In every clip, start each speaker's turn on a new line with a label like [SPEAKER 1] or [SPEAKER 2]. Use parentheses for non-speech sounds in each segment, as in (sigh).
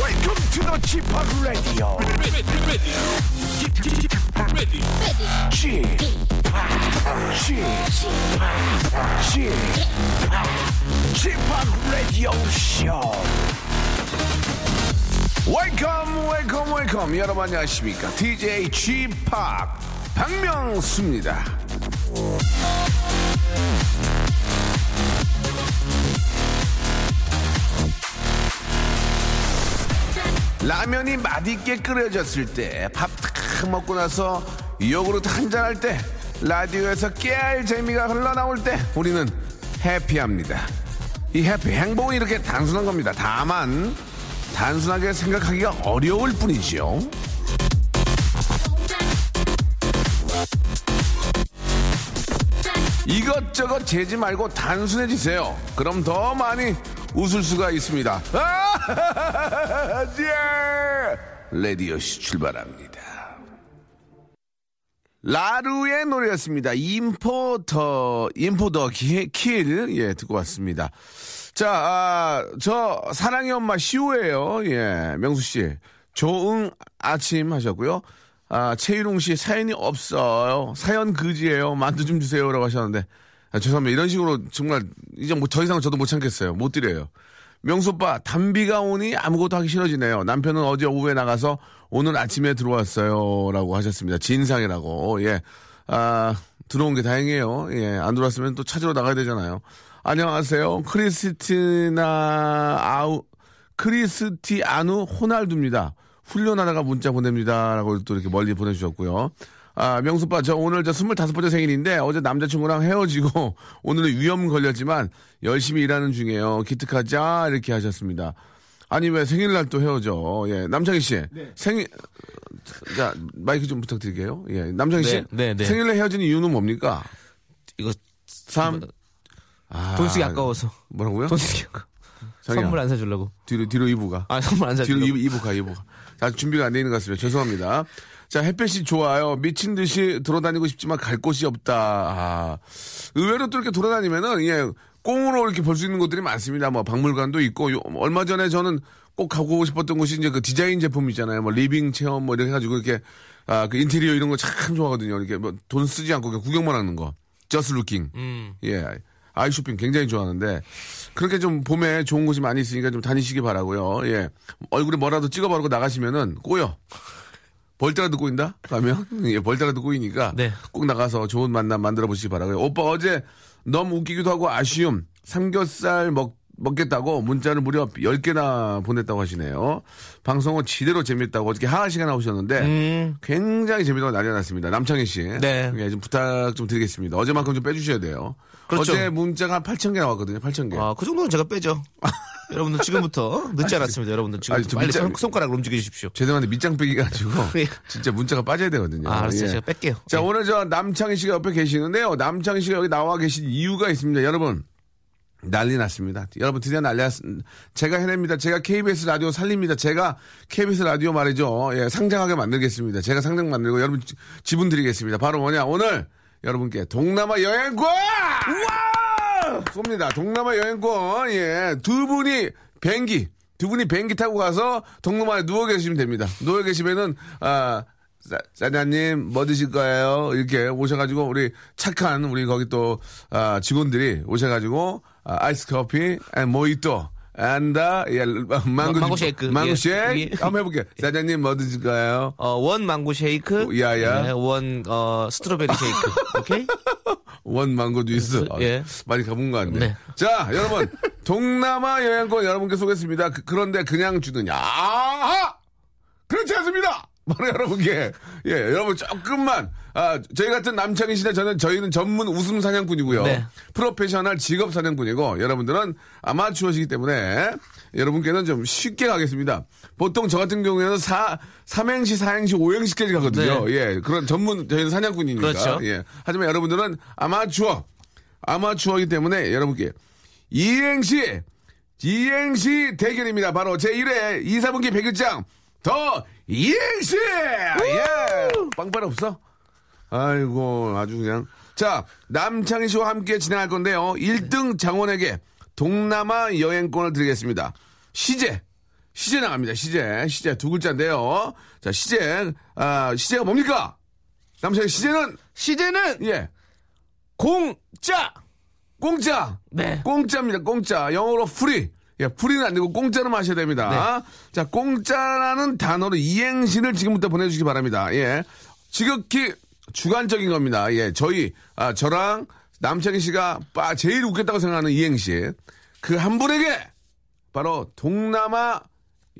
[SPEAKER 1] Welcome to the g p o p Radio.
[SPEAKER 2] ready, ready, ready, ready.
[SPEAKER 1] g p o p g p o p g p o p Radio Show. Welcome, welcome, welcome. 여러분 안녕하십니까? DJ g p o p 박명수입니다. 라면이 맛있게 끓여졌을 때, 밥 탁 먹고 나서 요구르트 한잔 할 때, 라디오에서 깨알 재미가 흘러나올 때, 우리는 해피합니다. 이 해피, 행복은 이렇게 단순한 겁니다. 다만, 단순하게 생각하기가 어려울 뿐이지요. 이것저것 재지 말고 단순해지세요. 그럼 더 많이 웃을 수가 있습니다. 아! (laughs) 예! 레디오 씨 출발합니다. 라루의 노래였습니다. 임포터, 임포더 기- 킬, 예, 듣고 왔습니다. 자, 아, 저, 사랑의 엄마 시호예요. 예, 명수 씨. 조응 아침 하셨고요. 아, 최일웅 씨 사연이 없어요. 사연 그지예요. 만두 좀 주세요라고 하셨는데 아, 죄송합니다. 이런 식으로 정말 이제 뭐 더 이상 저도 못 참겠어요. 못 드려요. 명수 오빠 담비가 오니 아무것도 하기 싫어지네요. 남편은 어제 오후에 나가서 오늘 아침에 들어왔어요라고 하셨습니다. 진상이라고. 예. 아, 들어온 게 다행이에요. 예. 안 들어왔으면 또 찾으러 나가야 되잖아요. 안녕하세요. 크리스티나 아우 크리스티아누 호날두입니다. 훈련하다가 문자 보냅니다. 라고 또 이렇게 멀리 보내주셨고요. 아, 명수빠, 저 오늘 저 25번째 생일인데 어제 남자친구랑 헤어지고 (laughs) 오늘은 위험 걸렸지만 열심히 일하는 중이에요. 기특하자. 이렇게 하셨습니다. 아니, 왜 생일날 또 헤어져? 예. 남창희 씨. 생일, 자, 마이크 좀 부탁드릴게요. 예. 남창희 씨.
[SPEAKER 3] 네, 네, 네.
[SPEAKER 1] 생일날 헤어진 이유는 뭡니까?
[SPEAKER 3] 이거
[SPEAKER 1] 삼 아,
[SPEAKER 3] 돈 쓰기 아까워서
[SPEAKER 1] 뭐라고요?
[SPEAKER 3] 돈 쓰기 아까
[SPEAKER 1] 자기야.
[SPEAKER 3] (laughs) 선물 안 사주려고
[SPEAKER 1] 뒤로, 뒤로 이부가.
[SPEAKER 3] 아 선물 안
[SPEAKER 1] 뒤로
[SPEAKER 3] 사주려고
[SPEAKER 1] 이부, 이부 가, 이부 가. 자, 준비가 안 돼 있는 것 같습니다. 죄송합니다. 자, 햇볕이 좋아요. 미친 듯이 돌아다니고 싶지만 갈 곳이 없다. 아, 의외로 또 이렇게 돌아다니면은, 예, 꽁으로 이렇게 볼 수 있는 곳들이 많습니다. 뭐, 박물관도 있고, 요- 뭐, 얼마 전에 저는 꼭 가고 싶었던 곳이 이제 그 디자인 제품 있잖아요. 뭐, 리빙 체험 뭐, 이렇게 해가지고 이렇게, 아, 그 인테리어 이런 거 참 좋아하거든요. 이렇게 뭐, 돈 쓰지 않고 그냥 구경만 하는 거. Just looking. 예. 아이 쇼핑 굉장히 좋아하는데 그렇게 좀 봄에 좋은 곳이 많이 있으니까 좀 다니시기 바라고요. 예. 얼굴에 뭐라도 찍어 바르고 나가시면은 꼬여. 벌떼라도 꼬인다? 가면? (laughs) 예, 벌떼라도 꼬이니까
[SPEAKER 3] 네.
[SPEAKER 1] 꼭 나가서 좋은 만남 만들어 보시기 바라고요. 오빠 어제 너무 웃기기도 하고 아쉬움. 삼겹살 먹 먹겠다고 문자를 무려 10개나 보냈다고 하시네요. 방송은 지대로 재밌다고 어저께 하하 시간 나오셨는데
[SPEAKER 3] 음.
[SPEAKER 1] 굉장히 재밌다고 난리가 났습니다. 남창희 씨.
[SPEAKER 3] 네.
[SPEAKER 1] 예, 좀 부탁 좀 드리겠습니다. 어제만큼 좀 빼주셔야 돼요.
[SPEAKER 3] 그렇죠.
[SPEAKER 1] 어제 문자가 한 8,000개 나왔거든요. 8,000개.
[SPEAKER 3] 아그 정도는 제가 빼죠 여러분들 지금부터 늦지 않았습니다 여러분들 지금
[SPEAKER 1] 아니, 좀
[SPEAKER 3] 빨리
[SPEAKER 1] 늦지 않-
[SPEAKER 3] 손, 손가락을 움직여 주십시오
[SPEAKER 1] 죄송한데 밑장 빼기가 아니고
[SPEAKER 3] (laughs) 예.
[SPEAKER 1] 진짜 문자가 빠져야 되거든요.
[SPEAKER 3] 아 알았어요
[SPEAKER 1] 예.
[SPEAKER 3] 제가 뺄게요
[SPEAKER 1] 자, 오늘 저 남창희 씨가 옆에 계시는데요. 남창희 씨가 여기 나와 계신 이유가 있습니다. 여러분. 난리 났습니다. 여러분 드디어 난리 났습니다. 제가 해냅니다. 제가 KBS 라디오 살립니다. 제가 KBS 라디오 말이죠. 예, 상장하게 만들겠습니다. 제가 상장 만들고 여러분 지- 지분 드리겠습니다. 바로 뭐냐? 오늘 여러분께 동남아 여행권! 쏩니다. 동남아 여행권. 예. 두 분이 뱅기. 두 분이 뱅기 타고 가서 동남아에 누워 계시면 됩니다. 누워 계시면은, 아, 사- 사장님, 뭐 드실 거예요? 이렇게 오셔가지고, 우리 착한, 우리 거기 또, 아, 직원들이 오셔가지고, 아, 이스 커피, 앤 모히또, 앤다, 예, 망고,
[SPEAKER 3] 망고 쉐이크.
[SPEAKER 1] 망고
[SPEAKER 3] 예.
[SPEAKER 1] 쉐이크.
[SPEAKER 3] 예.
[SPEAKER 1] 한번 해볼게요. 사장님, 뭐 드실 거예요?
[SPEAKER 3] 어, 원 망고 쉐이크
[SPEAKER 1] 야, 야.
[SPEAKER 3] 네, 원 어, 스트로베리 쉐이크 (laughs) 오케이
[SPEAKER 1] 원 망고 뉴스. 아,
[SPEAKER 3] 예.
[SPEAKER 1] 많이 가본 것 같네.
[SPEAKER 3] 네.
[SPEAKER 1] 자, 여러분. (laughs) 동남아 여행권 여러분께 소개했습니다. 그, 런데 그냥 주느냐. 아하! 그렇지 않습니다! (laughs) 바로 여러분께. 예, 여러분 조금만. 아, 저희 같은 남창희 씨나 저는 저희는 전문 웃음 사냥꾼이고요.
[SPEAKER 3] 네.
[SPEAKER 1] 프로페셔널 직업 사냥꾼이고 여러분들은 아마추어시기 때문에 여러분께는 좀 쉽게 가겠습니다. 보통 저 같은 경우에는 사, 삼행시, 사행시, 오행시까지 가거든요.
[SPEAKER 3] 네.
[SPEAKER 1] 예, 그런 전문 저희는 사냥꾼이니까.
[SPEAKER 3] 그렇죠.
[SPEAKER 1] 예. 하지만 여러분들은 아마추어, 아마추어이기 때문에 여러분께 이행시, 이행시 대결입니다. 바로 제1회 이사분기 100일장 더 이행시! 예! 빵빨 없어? 아이고, 아주 그냥. 자, 남창희 씨와 함께 진행할 건데요. 1등 장원에게 동남아 여행권을 드리겠습니다. 시제, 시제 나갑니다. 시제. 시제 두 글자인데요. 자, 시제. 아, 시제가 뭡니까? 남창희 시제는
[SPEAKER 3] 시제는
[SPEAKER 1] 예.
[SPEAKER 3] 공짜.
[SPEAKER 1] 공짜.
[SPEAKER 3] 네.
[SPEAKER 1] 공짜입니다. 공짜. 영어로 프리. 예, 프리는 안 되고 공짜로 마셔야 됩니다.
[SPEAKER 3] 네.
[SPEAKER 1] 자, 공짜라는 단어로 이행시를 지금부터 보내주시기 바랍니다. 예. 지극히 주관적인 겁니다. 예, 저희, 아, 저랑 남창희 씨가 빠, 제일 웃겼다고 생각하는 이행시. 그 한 분에게 바로 동남아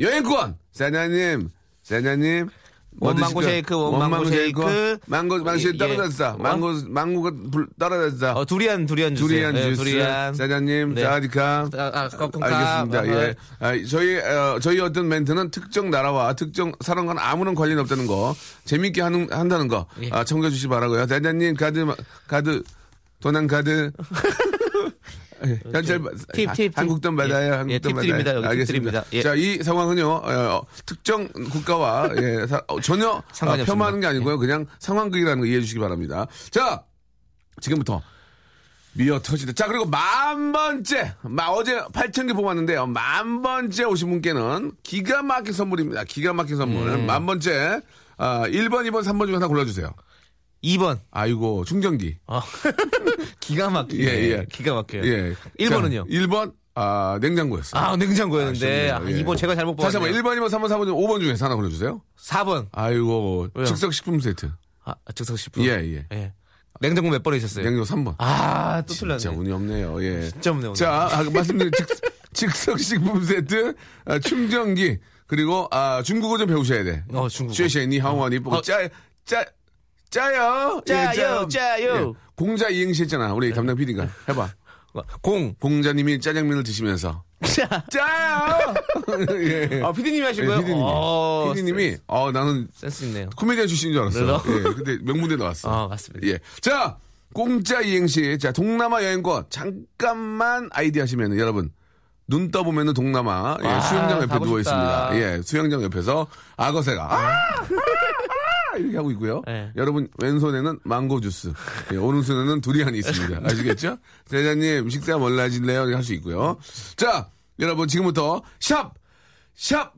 [SPEAKER 1] 여행권. 세냐님, 세냐님. 뭐
[SPEAKER 3] 원망고
[SPEAKER 1] 드실
[SPEAKER 3] 쉐이크,
[SPEAKER 1] 거예요?
[SPEAKER 3] 원망고
[SPEAKER 1] 쉐이크.
[SPEAKER 3] 쉐이크.
[SPEAKER 1] 망고, 망고 쉐이크
[SPEAKER 3] 예.
[SPEAKER 1] 따라다녔다.
[SPEAKER 3] 어?
[SPEAKER 1] 망고, 망고가 불- 따라다녔다.
[SPEAKER 3] 어, 두리안 두리안 주세요.
[SPEAKER 1] 두리안
[SPEAKER 3] 네,
[SPEAKER 1] 주스.
[SPEAKER 3] 두리안.
[SPEAKER 1] 사장님,
[SPEAKER 3] 네.
[SPEAKER 1] 사디카.
[SPEAKER 3] 아, 아, 컵컵컵.
[SPEAKER 1] 알겠습니다.
[SPEAKER 3] 아,
[SPEAKER 1] 예. 아, 저희, 어, 저희 어떤 멘트는 특정 나라와 특정 사람과는 아무런 관련이 없다는 거, 재밌게 하는, 한다는 거,
[SPEAKER 3] 예.
[SPEAKER 1] 아, 참고해주시기 바라고요 사장님, 가드, 마- 가드, 도난
[SPEAKER 3] (laughs)
[SPEAKER 1] 가드. 예, 현찰 받-
[SPEAKER 3] 팁,
[SPEAKER 1] 아,
[SPEAKER 3] 팁, 팁.
[SPEAKER 1] 한국돈 받아요.
[SPEAKER 3] 예, 예,
[SPEAKER 1] 한국돈
[SPEAKER 3] 팁
[SPEAKER 1] 받아요.
[SPEAKER 3] 드립니다. 여기 팁 드립니다. 예.
[SPEAKER 1] 자, 이 상황은요. 어, 특정 국가와 예, 사- 어, 전혀 어,
[SPEAKER 3] 상관이 없습니다. 예.
[SPEAKER 1] 폄하하는 게 아니고요. 그냥 상황극이라는 거 이해해 주시기 바랍니다. 자, 지금부터 미어 터지다. 자, 그리고 만 번째. 마, 어제 8천 개 뽑았는데요. 만 번째 오신 분께는 기가 막힌 선물입니다. 기가 막힌 선물.
[SPEAKER 3] 음.
[SPEAKER 1] 만 번째. 아, 1번, 2번, 3번 중에 하나 골라주세요.
[SPEAKER 3] 2번.
[SPEAKER 1] 아이고, 충전기.
[SPEAKER 3] 어. (laughs) 기가 막히네.
[SPEAKER 1] 예, 예.
[SPEAKER 3] 기가 막혀요.
[SPEAKER 1] 예.
[SPEAKER 3] 1번은요?
[SPEAKER 1] 1번, 아, 냉장고였어요.
[SPEAKER 3] 아, 냉장고였는데. 아,
[SPEAKER 1] 아쉽네요. 예.
[SPEAKER 3] 2번 제가 잘못
[SPEAKER 1] 다시
[SPEAKER 3] 뽑았네요.
[SPEAKER 1] 한번 1번, 2번, 3번, 4번, 5번 중에서 하나 골라주세요.
[SPEAKER 3] 4번.
[SPEAKER 1] 아이고,
[SPEAKER 3] 왜요?
[SPEAKER 1] 즉석식품 세트.
[SPEAKER 3] 아, 즉석 식품.
[SPEAKER 1] 예, 예.
[SPEAKER 3] 예. 냉장고 몇 번 있었어요?
[SPEAKER 1] 양조 3번.
[SPEAKER 3] 아, 또 틀렸네.
[SPEAKER 1] 진짜 운이 없네요. 예.
[SPEAKER 3] 네. 진짜 없네, 오늘.
[SPEAKER 1] 자, 아까 말씀드린 (laughs) 즉, 즉석식품 세트, 아, 충전기, 그리고 아, 중국어 좀 배우셔야 돼.
[SPEAKER 3] 어, 중국어.
[SPEAKER 1] 쉐쉐니 하원이 보고
[SPEAKER 3] 어.
[SPEAKER 1] 짜, 짜, 짜요. 예,
[SPEAKER 3] 짜요, 네. 짜요.
[SPEAKER 1] 공자 이행시 했잖아. 우리 담당 PD가. 해봐.
[SPEAKER 3] 공.
[SPEAKER 1] 예. 공자님이 짜장면을 드시면서. 짜요! (laughs) 예. 예.
[SPEAKER 3] 아, 피디님이 하신
[SPEAKER 1] 예,
[SPEAKER 3] 거예요?
[SPEAKER 1] PD님이.
[SPEAKER 3] 어,
[SPEAKER 1] PD님이, 어, 나는
[SPEAKER 3] 센스, 센스 있네요.
[SPEAKER 1] 코미디언 출신인 줄 알았어.
[SPEAKER 3] 그래서?
[SPEAKER 1] 예, 근데 명문대 나왔어.
[SPEAKER 3] 아, 맞습니다.
[SPEAKER 1] 예. 자, 공짜 이행시. 자, 동남아 여행권. 잠깐만 아이디 하시면 여러분. 눈 떠보면은 동남아. 예,
[SPEAKER 3] 와,
[SPEAKER 1] 수영장 옆에
[SPEAKER 3] 가고
[SPEAKER 1] 누워
[SPEAKER 3] 싶다.
[SPEAKER 1] 있습니다. 예, 수영장 옆에서 악어새가. 아! 아! 이렇게 하고 있고요.
[SPEAKER 3] 예.
[SPEAKER 1] 여러분, 왼손에는 망고 주스. 예, 오른손에는 두리안이
[SPEAKER 3] (laughs)
[SPEAKER 1] 있습니다. 아시겠죠? 대장님, 식사 뭘로 하실래요? 할 수 있고요. 자, 여러분, 지금부터 샵! 샵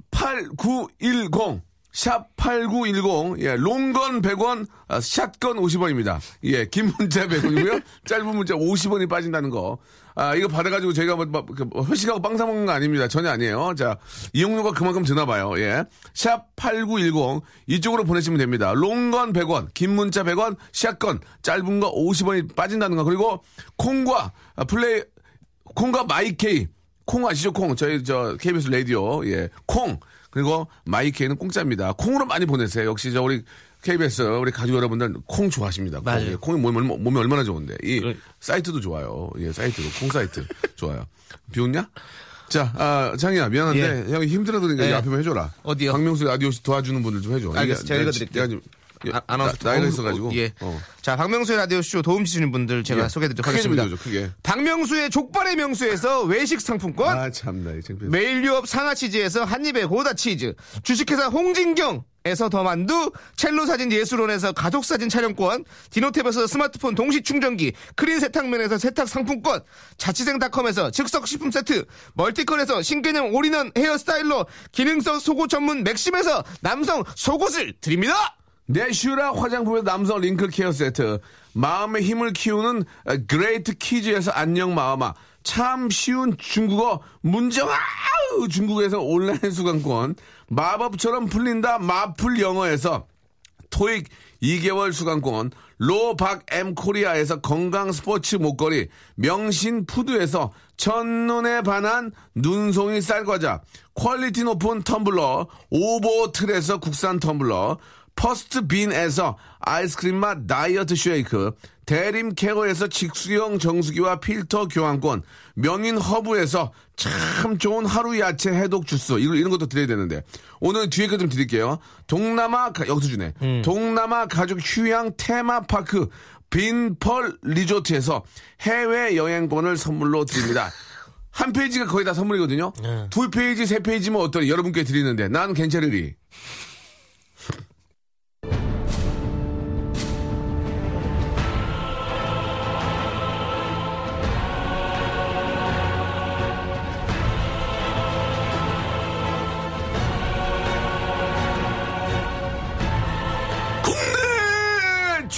[SPEAKER 1] 8910. 샵 8910. 예, 롱건 100원, 아, 샷건 50원입니다. 예, 긴 문자 100원이고요. 짧은 문자 50원이 빠진다는 거. 아, 이거 받아가지고 저희가 뭐, 뭐, 그, 뭐 회식하고 빵 사먹는 거 아닙니다. 전혀 아니에요. 자, 이용료가 그만큼 드나봐요. 예. 샵 8910. 이쪽으로 보내시면 됩니다. 롱건 100원, 긴 문자 100원, 샷건, 짧은 거 50원이 빠진다는 거. 그리고 콩과 아, 플레이, 콩과 마이케이 콩 아시죠 콩 저희 저 KBS 라디오 예콩 그리고 마이케이는 공짜입니다 콩으로 많이 보내세요 역시 저 우리 KBS 우리 가족 여러분들 콩 좋아하십니다 콩.
[SPEAKER 3] 맞아요.
[SPEAKER 1] 예, 콩이 몸이, 얼마- 몸이 얼마나 좋은데 이
[SPEAKER 3] 그래.
[SPEAKER 1] 사이트도 좋아요 예 사이트도 콩 사이트 좋아요 비웃냐 자 아, 장이야 미안한데 형이 힘들어 그러니까
[SPEAKER 3] 예.
[SPEAKER 1] 이 앞에만 해줘라
[SPEAKER 3] 어디요?
[SPEAKER 1] 박명수 라디오 도와주는 분들 좀 해줘
[SPEAKER 3] 알겠어요. 제가 읽어드릴게요.
[SPEAKER 1] 내가 좀
[SPEAKER 3] 아, 아나운서
[SPEAKER 1] 예. 나, 이가
[SPEAKER 3] 도움-
[SPEAKER 1] 있어가지고
[SPEAKER 3] 예.
[SPEAKER 1] 어.
[SPEAKER 3] 자, 박명수의 라디오쇼 도움 주시는 분들 제가
[SPEAKER 1] 예.
[SPEAKER 3] 소개해드리도록
[SPEAKER 1] 크게 좀
[SPEAKER 3] 하겠습니다.
[SPEAKER 1] 읽어줘, 크게.
[SPEAKER 3] 박명수의 족발의 명수에서 외식 상품권.
[SPEAKER 1] 아 참나 이 창피해
[SPEAKER 3] 메일유업 상하치즈에서 한입에 고다 치즈 주식회사 홍진경에서 더만두 첼로사진 예술원에서 가족사진 촬영권 디노탭에서 스마트폰 동시충전기 크린 세탁면에서 세탁 상품권 자취생닷컴에서 즉석식품 세트 멀티컬에서 신개념 올인원 헤어스타일러 기능성 속옷 전문 맥심에서 남성 속옷을 드립니다
[SPEAKER 1] 내슈라 화장품에서 남성 링클 케어 세트 마음의 힘을 키우는 어, 그레이트 키즈에서 안녕 마음아 참 쉬운 중국어 문정아 중국에서 온라인 수강권 마법처럼 풀린다 마풀 영어에서 토익 2개월 수강권, 로박 M 코리아에서 건강 스포츠 목걸이, 명신 푸드에서 첫눈에 반한 눈송이 쌀과자, 퀄리티 높은 텀블러, 오보틀에서 국산 텀블러, 퍼스트 빈에서 아이스크림 맛 다이어트 쉐이크, 대림 케어에서 직수형 정수기와 필터 교환권, 명인 허브에서 참 좋은 하루 야채 해독 주스, 이런, 이런 것도 드려야 되는데. 오늘 뒤에 거 좀 드릴게요. 동남아, 가- 여기서 주네. 동남아 가족 휴양 테마파크, 빈펄 리조트에서 해외여행권을 선물로 드립니다. 한 페이지가 거의 다 선물이거든요. 두 페이지, 세 페이지면 뭐 어떠니? 여러분께 드리는데. 난 괜찮으리.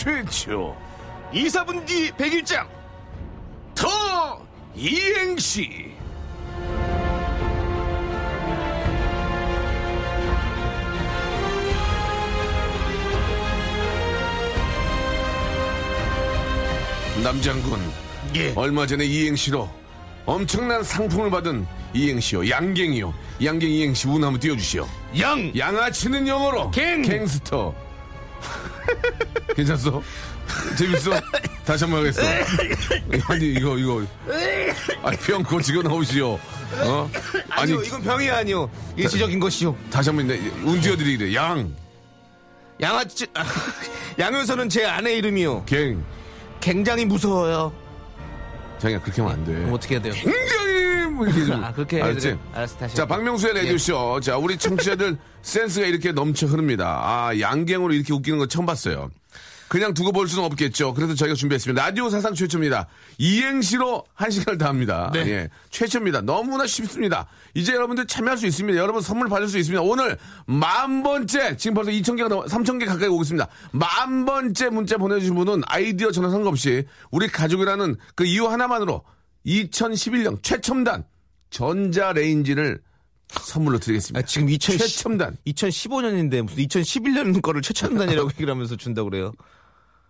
[SPEAKER 1] 그쵸.
[SPEAKER 3] 이사분기 101장
[SPEAKER 1] 더 이행시. 남장군
[SPEAKER 3] 예.
[SPEAKER 1] 얼마 전에 이행시로 엄청난 상품을 받은 이행시요 양갱이요 양갱 이행시 운 한번 띄워주시오
[SPEAKER 3] 양
[SPEAKER 1] 양아치는 영어로
[SPEAKER 3] 갱.
[SPEAKER 1] 갱스터 (laughs) 괜찮소? 재밌어? 다시 한 번 하겠어 아니 이거 이거 아니 병 고치고 나오시오 어? 아니
[SPEAKER 3] 아니요 이건 병이 아니요 일시적인 것이요
[SPEAKER 1] 다시 한 번 운 띄워드리기래
[SPEAKER 3] 양아치 아, (laughs) 양효선은 제 아내 이름이요
[SPEAKER 1] 양갱
[SPEAKER 3] 굉장히 무서워요 네.
[SPEAKER 1] 자기야 그렇게 하면 안돼
[SPEAKER 3] 그럼 어떻게 해야 돼요
[SPEAKER 1] 굉장히 뭐 이렇게 좀
[SPEAKER 3] 아, 그렇게
[SPEAKER 1] 알았지?
[SPEAKER 3] 해드려. 알았어, 다시
[SPEAKER 1] 자
[SPEAKER 3] 할게요.
[SPEAKER 1] 박명수의 레디오쇼 자 우리 청취자들 센스가 이렇게 넘쳐 흐릅니다 아 양갱으로 이렇게 웃기는 거 처음 봤어요 그냥 두고 볼 수는 없겠죠 그래서 저희가 준비했습니다 라디오 사상 최초입니다 이행시로 한 시간을 다 합니다
[SPEAKER 3] 네.
[SPEAKER 1] 예, 최초입니다 너무나 쉽습니다 이제 여러분들 참여할 수 있습니다 여러분 선물 받을 수 있습니다 오늘 만 번째 지금 벌써 2천 개가 넘어 3천 개 가까이 오고 있습니다 만 번째 문자 보내주신 분은 아이디어 전화 상관없이 우리 가족이라는 그 이유 하나만으로 2011년 최첨단 전자레인지를 선물로 드리겠습니다.
[SPEAKER 3] 아, 지금 2010
[SPEAKER 1] 최첨단
[SPEAKER 3] 2015년인데 무슨 2011년
[SPEAKER 1] (laughs)
[SPEAKER 3] 거를 최첨단이라고 얘기를 하면서 준다 고 그래요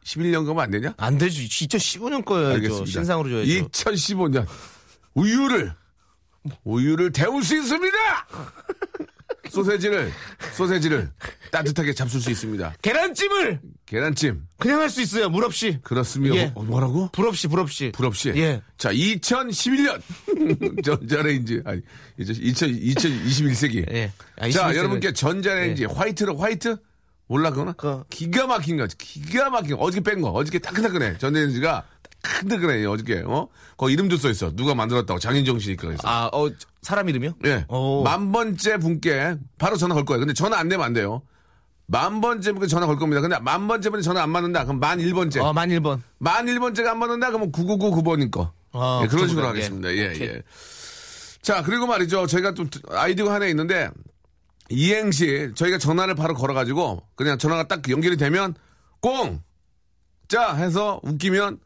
[SPEAKER 1] 11년 가면 안 되냐?
[SPEAKER 3] 안 되죠 2015년 거야죠
[SPEAKER 1] 알겠습니다.
[SPEAKER 3] 신상으로 줘야죠
[SPEAKER 1] 2015년 우유를 우유를 데울 수 있습니다. (laughs) 소세지를 소세지를 따뜻하게 잡술 수 있습니다.
[SPEAKER 3] 계란찜을
[SPEAKER 1] 계란찜
[SPEAKER 3] 그냥 할 수 있어요 물 없이
[SPEAKER 1] 그렇습니다.
[SPEAKER 3] 예.
[SPEAKER 1] 어, 뭐라고?
[SPEAKER 3] 불 없이 불 없이
[SPEAKER 1] 불 없이.
[SPEAKER 3] 예.
[SPEAKER 1] 자, 2011년 (laughs) 전자레인지 아니 이제 2000, 2021세기.
[SPEAKER 3] 예. 아,
[SPEAKER 1] 자,
[SPEAKER 3] 21세기.
[SPEAKER 1] 여러분께 전자레인지 화이트로 화이트 몰라 그거나
[SPEAKER 3] 그거.
[SPEAKER 1] 기가 막힌 거 기가 막힌 거 어저께 뺀 거 어저께 따끈따끈해 전자레인지가 따끈따끈해 어저께 어 거기 이름도 써 있어 누가 만들었다고 장인정 씨니까 그래서
[SPEAKER 3] 아, 어, 사람 이름이요?
[SPEAKER 1] 예.
[SPEAKER 3] 오.
[SPEAKER 1] 만 번째 분께 바로 전화 걸 거예요. 근데 전화 안 되면 안 돼요. 만 번째 분께 전화 걸 겁니다. 근데 만 번째 분이 전화 안 받는다. 그럼 만 일 번째.
[SPEAKER 3] 어, 만 1번.
[SPEAKER 1] 만 일번째가안 받는다? 그러면 9999번인 거.
[SPEAKER 3] 아,
[SPEAKER 1] 예, 그런 식으로
[SPEAKER 3] 그렇구나.
[SPEAKER 1] 하겠습니다.
[SPEAKER 3] 예.
[SPEAKER 1] 예,
[SPEAKER 3] 오케이.
[SPEAKER 1] 예. 자, 그리고 말이죠. 저희가 좀 아이디어가 하나 있는데, 이행시, 저희가 전화를 바로 걸어가지고, 그냥 전화가 딱 연결이 되면, 꽁! 자! 해서 웃기면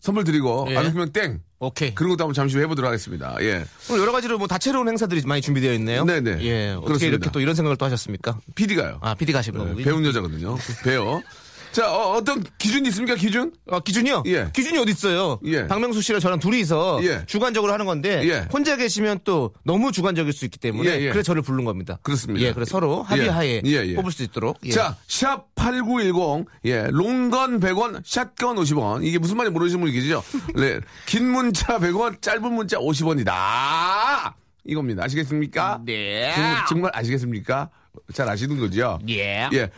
[SPEAKER 1] 선물 드리고,
[SPEAKER 3] 예.
[SPEAKER 1] 안 웃기면 땡!
[SPEAKER 3] 오케이.
[SPEAKER 1] 그런 것도 한번 잠시 후에 해보도록 하겠습니다. 예.
[SPEAKER 3] 오늘 여러 가지로 뭐 다채로운 행사들이 많이 준비되어 있네요.
[SPEAKER 1] 네네.
[SPEAKER 3] 예. 어떻게
[SPEAKER 1] 그렇습니다.
[SPEAKER 3] 이렇게 또 이런 생각을 또 하셨습니까?
[SPEAKER 1] PD가요.
[SPEAKER 3] 아, PD 가신 거고.
[SPEAKER 1] 배운 여자거든요. 배워. 자, 어, 떤 기준이 있습니까? 기준?
[SPEAKER 3] 어, 기준이요?
[SPEAKER 1] 예.
[SPEAKER 3] 기준이 어디 있어요?
[SPEAKER 1] 예.
[SPEAKER 3] 박명수 씨랑 저랑 둘이서
[SPEAKER 1] 예.
[SPEAKER 3] 주관적으로 하는 건데
[SPEAKER 1] 예.
[SPEAKER 3] 혼자 계시면 또 너무 주관적일 수 있기 때문에
[SPEAKER 1] 예, 예.
[SPEAKER 3] 그래서 저를 부른 겁니다.
[SPEAKER 1] 그렇습니다.
[SPEAKER 3] 예, 그래서 서로
[SPEAKER 1] 예.
[SPEAKER 3] 합의하에
[SPEAKER 1] 예, 예.
[SPEAKER 3] 뽑을 수 있도록. 예.
[SPEAKER 1] 자, 샵 8910, 예, 롱건 100원, 샷건 50원. 이게 무슨 말인지 모르시는 분이
[SPEAKER 3] (laughs)
[SPEAKER 1] 계시죠? 네, 긴 문자 100원, 짧은 문자 50원이다! 이겁니다. 아시겠습니까?
[SPEAKER 3] 네.
[SPEAKER 1] 정말, 정말 아시겠습니까? 잘 아시는 거죠?
[SPEAKER 3] 예.
[SPEAKER 1] 예,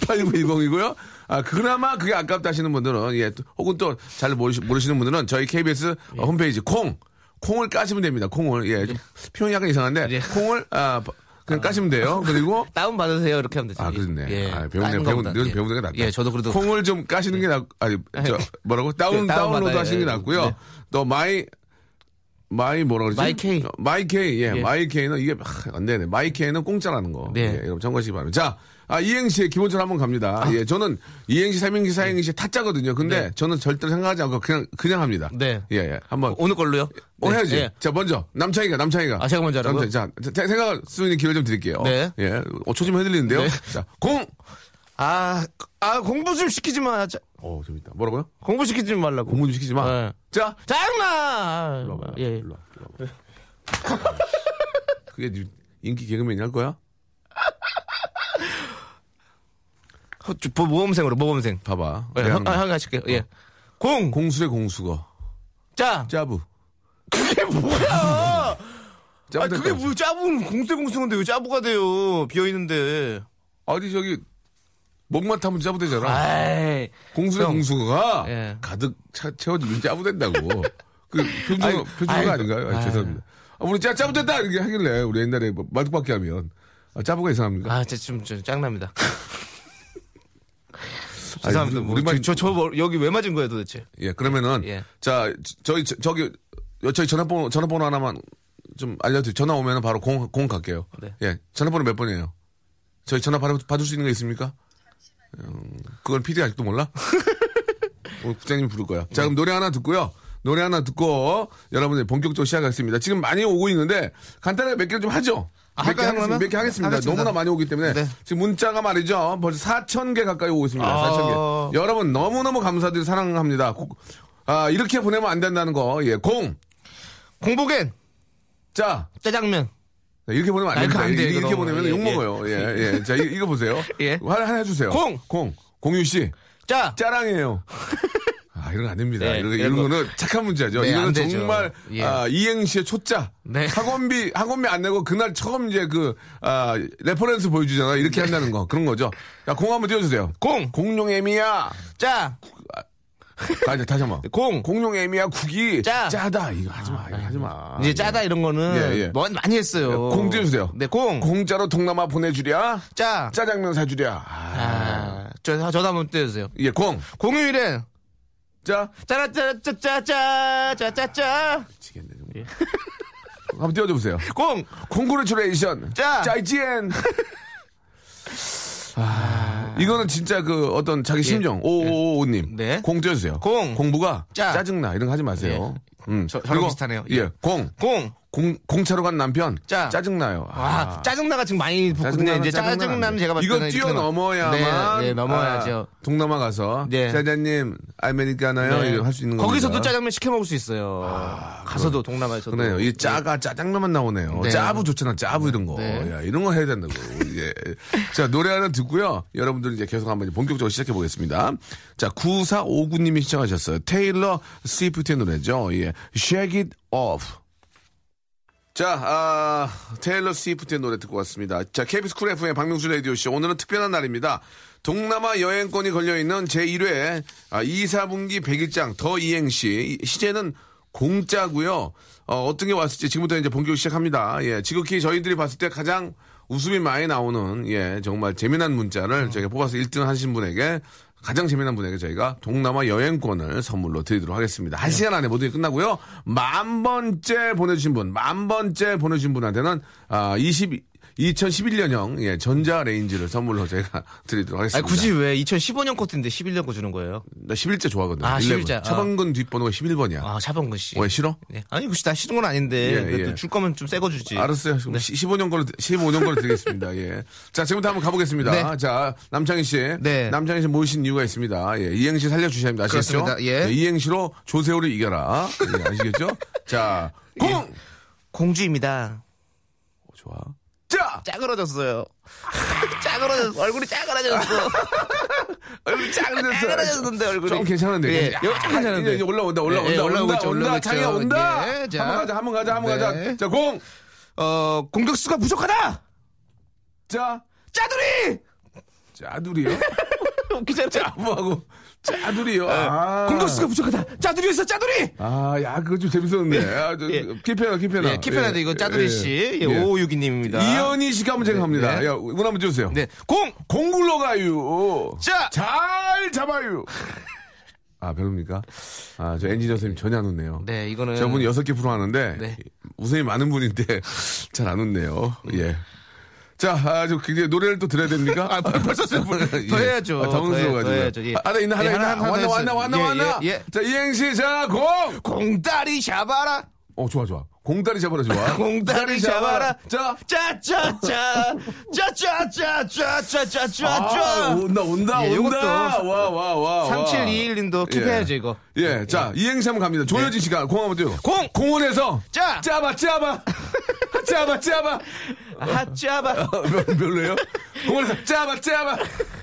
[SPEAKER 1] 샵8910이고요. 아, 그나마 그게 아깝다 하시는 분들은, 예, 또- 혹은 또 잘 모르시는 분들은 저희 KBS
[SPEAKER 3] 예.
[SPEAKER 1] 어, 홈페이지 콩! 콩을 까시면 됩니다. 콩을. 예, 좀 표현이 약간 이상한데,
[SPEAKER 3] 예.
[SPEAKER 1] 콩을, 아, 그냥 까시면 돼요. 그리고
[SPEAKER 3] 다운 받으세요. 이렇게 하면 되죠.
[SPEAKER 1] 아, 그렇네.
[SPEAKER 3] 예.
[SPEAKER 1] 아,
[SPEAKER 3] 다른
[SPEAKER 1] 배우네. 배운,
[SPEAKER 3] 거보다.
[SPEAKER 1] 이건
[SPEAKER 3] 예.
[SPEAKER 1] 배우는 게 낫다.
[SPEAKER 3] 예, 저도 그래도
[SPEAKER 1] 콩을 좀 까시는 게 낫, 아니, 저, 뭐라고? 다운,
[SPEAKER 3] 예, 다운
[SPEAKER 1] 다운로드
[SPEAKER 3] 받아요.
[SPEAKER 1] 하시는 게
[SPEAKER 3] 예.
[SPEAKER 1] 낫고요.
[SPEAKER 3] 네.
[SPEAKER 1] 또 마이, 마이 뭐라 그러지?
[SPEAKER 3] 마이 K.
[SPEAKER 1] 어, 마이 K, 예.
[SPEAKER 3] 예.
[SPEAKER 1] 마이 K는 이게, 하, 안 되네. 마이 K는 공짜라는 거.
[SPEAKER 3] 네.
[SPEAKER 1] 예, 여러분 참고하시기 바랍니다. 자, 아, 이행시의 기본적으로 한번 갑니다.
[SPEAKER 3] 아.
[SPEAKER 1] 예, 저는 이행시, 삼행시, 사행시 타짜거든요. 근데 저는 절대로 생각하지 않고 그냥, 그냥 합니다.
[SPEAKER 3] 네.
[SPEAKER 1] 예, 예. 한번.
[SPEAKER 3] 오늘 걸로요?
[SPEAKER 1] 어,
[SPEAKER 3] 네.
[SPEAKER 1] 해야지.
[SPEAKER 3] 예.
[SPEAKER 1] 자, 먼저. 남창이가, 남창이가.
[SPEAKER 3] 아, 제가 먼저 하라고요?
[SPEAKER 1] 남창희, 자, 자, 자, 생각할 수 있는 기회 좀 드릴게요.
[SPEAKER 3] 네.
[SPEAKER 1] 예. 어초 좀 해드리는데요.
[SPEAKER 3] 네.
[SPEAKER 1] 자, 공!
[SPEAKER 3] 아, 아 공부 좀 시키지 마. 자,
[SPEAKER 1] 어, 재밌다. 뭐라고요?
[SPEAKER 3] 공부 시키지 말라고.
[SPEAKER 1] 공부 좀 시키지 마.
[SPEAKER 3] 네.
[SPEAKER 1] 자,
[SPEAKER 3] 장난.
[SPEAKER 1] 일로 와봐.
[SPEAKER 3] 예.
[SPEAKER 1] 일로 와. 일로 와봐. 그게 니 인기 개그맨이 할 거야?
[SPEAKER 3] 어, 저, 보- 모범생으로 모범생.
[SPEAKER 1] 봐봐.
[SPEAKER 3] 예,
[SPEAKER 1] 내가
[SPEAKER 3] 형,
[SPEAKER 1] 하는 거.
[SPEAKER 3] 아, 형 하실게요.
[SPEAKER 1] 어.
[SPEAKER 3] 예. 공.
[SPEAKER 1] 공수래 공수거.
[SPEAKER 3] 자.
[SPEAKER 1] 짜부.
[SPEAKER 3] 그게 뭐야?
[SPEAKER 1] 짜부
[SPEAKER 3] 아
[SPEAKER 1] 될
[SPEAKER 3] 그게
[SPEAKER 1] 거
[SPEAKER 3] 뭐 짜부는 공세공수인데 왜 짜부가 돼요? 비어 있는데.
[SPEAKER 1] 아니 저기 목만 타면 짜부 되잖아.
[SPEAKER 3] 아이.
[SPEAKER 1] 공수래
[SPEAKER 3] 형.
[SPEAKER 1] 공수거가
[SPEAKER 3] 예.
[SPEAKER 1] 가득 차, 채워지면 짜부 된다고. 그 표준어
[SPEAKER 3] 아이고, 아이고.
[SPEAKER 1] 표준어가 아닌가요? 아니,
[SPEAKER 3] 아이.
[SPEAKER 1] 죄송합니다. 아, 우리 짜 짜부 됐다 이렇게 하길래 우리 옛날에 뭐 말뚝박기 하면 아, 짜부가 이상합니까?
[SPEAKER 3] 아, 진짜
[SPEAKER 1] (laughs)
[SPEAKER 3] 짱납니다.
[SPEAKER 1] 아니,
[SPEAKER 3] 죄송합니다. 뭐,
[SPEAKER 1] 우리만-
[SPEAKER 3] 저, 저, 저 뭐, 여기 왜 맞은 거예요 도대체?
[SPEAKER 1] 예, 그러면은
[SPEAKER 3] 예.
[SPEAKER 1] 자 저희 저- 저기 저희 전화번호 전화번호 하나만 좀 알려드려. 전화 오면은 바로 공 공 갈게요.
[SPEAKER 3] 네.
[SPEAKER 1] 예, 전화번호 몇 번이에요? 저희 전화 바로 받을 수 있는 거 있습니까? 그걸 피디 아직도
[SPEAKER 3] (laughs)
[SPEAKER 1] 몰라? 오늘 국장님 부를 거야. 자, 그럼 노래 하나 듣고요. 노래 하나 듣고 여러분들 본격적으로 시작하겠습니다. 지금 많이 오고 있는데 간단하게 몇 개를 좀 하죠.
[SPEAKER 3] 아,
[SPEAKER 1] 몇 개
[SPEAKER 3] 할까요,
[SPEAKER 1] 하겠습니다.
[SPEAKER 3] 그러면?
[SPEAKER 1] 몇개 하겠습니다.
[SPEAKER 3] 하겠습니다.
[SPEAKER 1] 너무나 많이 오기 때문에
[SPEAKER 3] 네.
[SPEAKER 1] 지금 문자가 말이죠. 벌써 4천 개 가까이 오고 있습니다.
[SPEAKER 3] 아.
[SPEAKER 1] 4천 개. 여러분 너무너무 감사드리고 사랑합니다. 고- 아, 이렇게 보내면 안 된다는 거. 예, 공.
[SPEAKER 3] 공복엔
[SPEAKER 1] 자,
[SPEAKER 3] 짜장면.
[SPEAKER 1] 이렇게 보내면
[SPEAKER 3] 아,
[SPEAKER 1] 안 됩니다.
[SPEAKER 3] 안 돼,
[SPEAKER 1] 이렇게, 이렇게
[SPEAKER 3] 그럼.
[SPEAKER 1] 보내면
[SPEAKER 3] 예,
[SPEAKER 1] 욕 먹어요. 예, 예. 자, 이, 이거 보세요.
[SPEAKER 3] (laughs) 예.
[SPEAKER 1] 하나, 하나 해주세요.
[SPEAKER 3] 공!
[SPEAKER 1] 공. 공유 씨.
[SPEAKER 3] 짜.
[SPEAKER 1] 짜랑이에요. 아, 이런 거 안 됩니다.
[SPEAKER 3] 네,
[SPEAKER 1] 이런,
[SPEAKER 3] 이런
[SPEAKER 1] 이런 거는 착한 문제죠.
[SPEAKER 3] 네,
[SPEAKER 1] 이거는
[SPEAKER 3] 안 되죠.
[SPEAKER 1] 정말
[SPEAKER 3] 예.
[SPEAKER 1] 아, 이행시의 초짜.
[SPEAKER 3] 네.
[SPEAKER 1] 학원비 학원비 안 내고 그날 처음 이제 그 아, 레퍼런스 보여주잖아. 이렇게 한다는 거 그런 거죠. 자, 공 한번 띄워주세요.
[SPEAKER 3] 공.
[SPEAKER 1] 공룡 애미야.
[SPEAKER 3] 짜.
[SPEAKER 1] 아, 이제 다시 한번.
[SPEAKER 3] 공.
[SPEAKER 1] 공룡 애미야 국이
[SPEAKER 3] 짜.
[SPEAKER 1] 짜다. 이거 하지 마. 이거 하지 마.
[SPEAKER 3] 이제 짜다 이런 거는
[SPEAKER 1] 아, 예, 예.
[SPEAKER 3] 뭐 많이 했어요.
[SPEAKER 1] 공 띄워주세요.
[SPEAKER 3] 네, 공.
[SPEAKER 1] 공짜로 동남아 보내주랴.
[SPEAKER 3] 짜.
[SPEAKER 1] 짜장면 사주랴. 아.
[SPEAKER 3] 아, 저, 저도 한번 띄워주세요.
[SPEAKER 1] 예, 공.
[SPEAKER 3] 공휴일엔
[SPEAKER 1] 짜.
[SPEAKER 3] 짜라짜라짜짜짜짜짜짜
[SPEAKER 1] 미치겠네. 정말. 예. 한번 띄워줘보세요.
[SPEAKER 3] 공!
[SPEAKER 1] 콩그레츄레이션
[SPEAKER 3] 짜!
[SPEAKER 1] 짜이지엔 아, 이거는 진짜 그 어떤 자기 심정 오오오님
[SPEAKER 3] 예. 네.
[SPEAKER 1] 공 떼주세요
[SPEAKER 3] 공.
[SPEAKER 1] 공부가
[SPEAKER 3] 짜. 예.
[SPEAKER 1] 증나 이런 거 하지 마세요 음.
[SPEAKER 3] 저- 저랑
[SPEAKER 1] 그리고,
[SPEAKER 3] 비슷하네요. 예.
[SPEAKER 1] 예. 공.
[SPEAKER 3] 공!
[SPEAKER 1] 공 공차로 간 남편
[SPEAKER 3] 짜.
[SPEAKER 1] 짜증나요
[SPEAKER 3] 아,
[SPEAKER 1] 아,
[SPEAKER 3] 짜증나가 지금 많이 붙거든요.
[SPEAKER 1] 짜증나는-
[SPEAKER 3] 이제
[SPEAKER 1] 짜증나는 안
[SPEAKER 3] 짜증나는
[SPEAKER 1] 돼.
[SPEAKER 3] 제가 봤을
[SPEAKER 1] 이거
[SPEAKER 3] 때는 이렇게
[SPEAKER 1] 뛰어넘어야만
[SPEAKER 3] 네, 네, 넘어야죠.
[SPEAKER 1] 아, 동남아 가서
[SPEAKER 3] 네.
[SPEAKER 1] 짜장님 아메리카노요
[SPEAKER 3] 네.
[SPEAKER 1] 이거 할 수 있는
[SPEAKER 3] 거기서도
[SPEAKER 1] 겁니다. 아,
[SPEAKER 3] 짜장면 시켜 먹을 수 있어요. 가서도 동남아에서도.
[SPEAKER 1] 그러네요. 이 짜가 짜장면만 나오네요.
[SPEAKER 3] 네.
[SPEAKER 1] 짜부 좋잖아. 짜부 이런 거.
[SPEAKER 3] 네.
[SPEAKER 1] 야, 이런 거 해야 된다고. 예. (laughs) 자, 노래 하나 듣고요. 여러분들 이제 계속 한번 이제 본격적으로 시작해 보겠습니다. 자, 9459님이 시청하셨어요. 테일러 스위프트의 노래죠. 예. Shake it off. 자, 아, 테일러 스위프트의 노래 듣고 왔습니다. 자, KBS 쿨 FM 박명수 라디오쇼. 오늘은 특별한 날입니다. 동남아 여행권이 걸려있는 제1회 아, 2, 4분기 101장 더 이행시. 이- 시제는 공짜고요 어, 어떤 게 왔을지 지금부터 이제 본격 시작합니다. 예, 지극히 저희들이 봤을 때 가장 웃음이 많이 나오는, 예, 정말 재미난 문자를 저희가 뽑아서 1등 하신 분에게 가장 재미난 분에게 저희가 동남아 여행권을 선물로 드리도록 하겠습니다.
[SPEAKER 3] 네.
[SPEAKER 1] 한 시간 안에 모든 게 끝나고요. 만 번째 보내주신 분, 만 번째 보내주신 분한테는 아, 20, 2011년형 예, 전자레인지를 선물로 저희가 (laughs) 드리도록
[SPEAKER 3] 아니,
[SPEAKER 1] 하겠습니다.
[SPEAKER 3] 굳이 왜 2015년 코트인데 11년 거 주는 거예요?
[SPEAKER 1] 나 11자 좋아하거든.
[SPEAKER 3] 아,
[SPEAKER 1] 11.
[SPEAKER 3] 11자. 아.
[SPEAKER 1] 차범근 뒷번호가 11번이야.
[SPEAKER 3] 아, 차범근 씨.
[SPEAKER 1] 왜 싫어?
[SPEAKER 3] 네. 아니, 혹시 나 싫은 건 아닌데.
[SPEAKER 1] 뭐, 예,
[SPEAKER 3] 그래도
[SPEAKER 1] 예.
[SPEAKER 3] 줄 거면 좀 새 거 주지.
[SPEAKER 1] 알았어요.
[SPEAKER 3] 네.
[SPEAKER 1] 15년 걸로, 15년 걸로 드리겠습니다. 예. 자, 지금부터 한번 가보겠습니다.
[SPEAKER 3] 네.
[SPEAKER 1] 자, 남창희 씨.
[SPEAKER 3] 네.
[SPEAKER 1] 남창희 씨 모신 이유가 있습니다. 예. 이행시 살려주셔야 합니다. 아시겠죠? 네,
[SPEAKER 3] 그렇습니다. 예.
[SPEAKER 1] 이행시로 조세호를 이겨라. 예, 아시겠죠? 자,
[SPEAKER 3] 예.
[SPEAKER 1] 공!
[SPEAKER 3] 공주입니다.
[SPEAKER 1] 오, 좋아. 자! (laughs)
[SPEAKER 3] 짜그러졌어요. 짜그러졌어. 얼굴이 짜그러졌어.
[SPEAKER 1] 얼굴 쫙
[SPEAKER 3] 짜그러졌는데, 얼굴이.
[SPEAKER 1] 좀 괜찮은데.
[SPEAKER 3] 예. 여기 좀 괜찮은데.
[SPEAKER 1] 이제 이제 올라온다, 올라온다.
[SPEAKER 3] 예, 예, 올라오고
[SPEAKER 1] 올라온다,
[SPEAKER 3] 있죠,
[SPEAKER 1] 온다.
[SPEAKER 3] 올라오고
[SPEAKER 1] 창희야,
[SPEAKER 3] 있죠.
[SPEAKER 1] 온다.
[SPEAKER 3] 예, 자.
[SPEAKER 1] 한번 가자, 한번 가자, 한번 가자.
[SPEAKER 3] 네.
[SPEAKER 1] 자, 공!
[SPEAKER 3] 어, 공격수가 부족하다!
[SPEAKER 1] 자,
[SPEAKER 3] 짜두리! (laughs)
[SPEAKER 1] 짜두리요?
[SPEAKER 3] 웃기잖아.
[SPEAKER 1] 뭐하고. 짜두리요. 아.
[SPEAKER 3] 예. 공격수가 부족하다! 짜두리에서 짜두리!
[SPEAKER 1] 아, 야, 그거 좀 재밌었는데. 아, 저,
[SPEAKER 3] 예.
[SPEAKER 1] 키페나, 키페나.
[SPEAKER 3] 예, 키패나드 이거 짜두리 씨.
[SPEAKER 1] 예.
[SPEAKER 3] 예, 5562님입니다.
[SPEAKER 1] 이현희 씨가 한번 제가 갑니다.
[SPEAKER 3] 네.
[SPEAKER 1] 야, 문 한번 주세요.
[SPEAKER 3] 네. 공!
[SPEAKER 1] 공굴러 가요.
[SPEAKER 3] 자!
[SPEAKER 1] 잘 잡아요. 아, 별로입니까? 아, 저 엔지니어 선생님 전혀 안 웃네요.
[SPEAKER 3] 네, 이거는.
[SPEAKER 1] 저분 여섯 개 프로 하는데
[SPEAKER 3] 네.
[SPEAKER 1] 웃음이 많은 분인데 (laughs) 잘 안 웃네요. 예. 자, 아, 저 굉장히 노래를 또 들어야 됩니까? 아, 벌써
[SPEAKER 3] 더 해야죠. 더 해- 더 해야죠.
[SPEAKER 1] 당황스러워가지고.
[SPEAKER 3] 예.
[SPEAKER 1] 아, 하나 있나 하나
[SPEAKER 3] 예,
[SPEAKER 1] 있나
[SPEAKER 3] 하나, 하나
[SPEAKER 1] 왔나
[SPEAKER 3] 더
[SPEAKER 1] 왔나
[SPEAKER 3] 있어요.
[SPEAKER 1] 왔나
[SPEAKER 3] 예,
[SPEAKER 1] 왔나.
[SPEAKER 3] 예, 예.
[SPEAKER 1] 자, 이행시 자 공.
[SPEAKER 3] 공다리 잡아라!
[SPEAKER 1] 어 좋아 좋아 공다리 잡아라 좋아
[SPEAKER 3] (laughs) 공다리 잡아라!
[SPEAKER 1] 자
[SPEAKER 3] 짜짜짜!
[SPEAKER 1] 아,
[SPEAKER 3] 짜짜짜짜짜짜짜!
[SPEAKER 1] 온다 온다
[SPEAKER 3] 예,
[SPEAKER 1] 온다
[SPEAKER 3] 요것도
[SPEAKER 1] 와와와
[SPEAKER 3] 3721님도 킵해야죠, 이거. 네.
[SPEAKER 1] 예자 이행시 한번 갑니다 조효진 씨가 공 한번 뛰어
[SPEAKER 3] 공!
[SPEAKER 1] 공원에서
[SPEAKER 3] 짜!
[SPEAKER 1] 짜봐 짜봐 짜봐 짜봐
[SPEAKER 3] 아,
[SPEAKER 1] (laughs)
[SPEAKER 3] 짜봐!
[SPEAKER 1] 어, 별- 별로예요 공원에서 짜봐 짜봐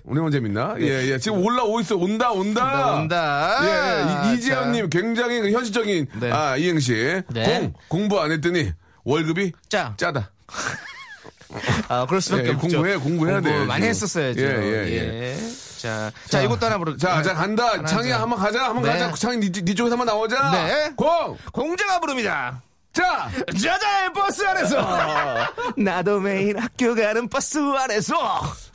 [SPEAKER 1] 오늘만 재밌나 예예 지금 올라오고 있어 온다 온다
[SPEAKER 3] 온다. 아,
[SPEAKER 1] 예, 이- 이재현님 굉장히 그 현실적인
[SPEAKER 3] 네.
[SPEAKER 1] 아 이행시
[SPEAKER 3] 네.
[SPEAKER 1] 공 공부 안 했더니 월급이
[SPEAKER 3] 짜.
[SPEAKER 1] 짜다
[SPEAKER 3] 아, 그럴 수밖에
[SPEAKER 1] 예,
[SPEAKER 3] 없죠.
[SPEAKER 1] 공부해, 공부해야
[SPEAKER 3] 공부
[SPEAKER 1] 돼,
[SPEAKER 3] 많이
[SPEAKER 1] 지금.
[SPEAKER 3] 했었어야죠.
[SPEAKER 1] 예, 예, 예.
[SPEAKER 3] 자, 자, 이것도 하나 부르.
[SPEAKER 1] 자, 자, 간다.
[SPEAKER 3] 네. 하나,
[SPEAKER 1] 창희야,
[SPEAKER 3] 하자.
[SPEAKER 1] 한번 가자. 한번
[SPEAKER 3] 네.
[SPEAKER 1] 가자. 창희, 니, 니 쪽에서 한번 나오자.
[SPEAKER 3] 네.
[SPEAKER 1] 공!
[SPEAKER 3] 공자가 부릅니다.
[SPEAKER 1] 자!
[SPEAKER 3] 자자의
[SPEAKER 1] (laughs)
[SPEAKER 3] 버스 안에서 나도 매일 학교 가는 버스 안에서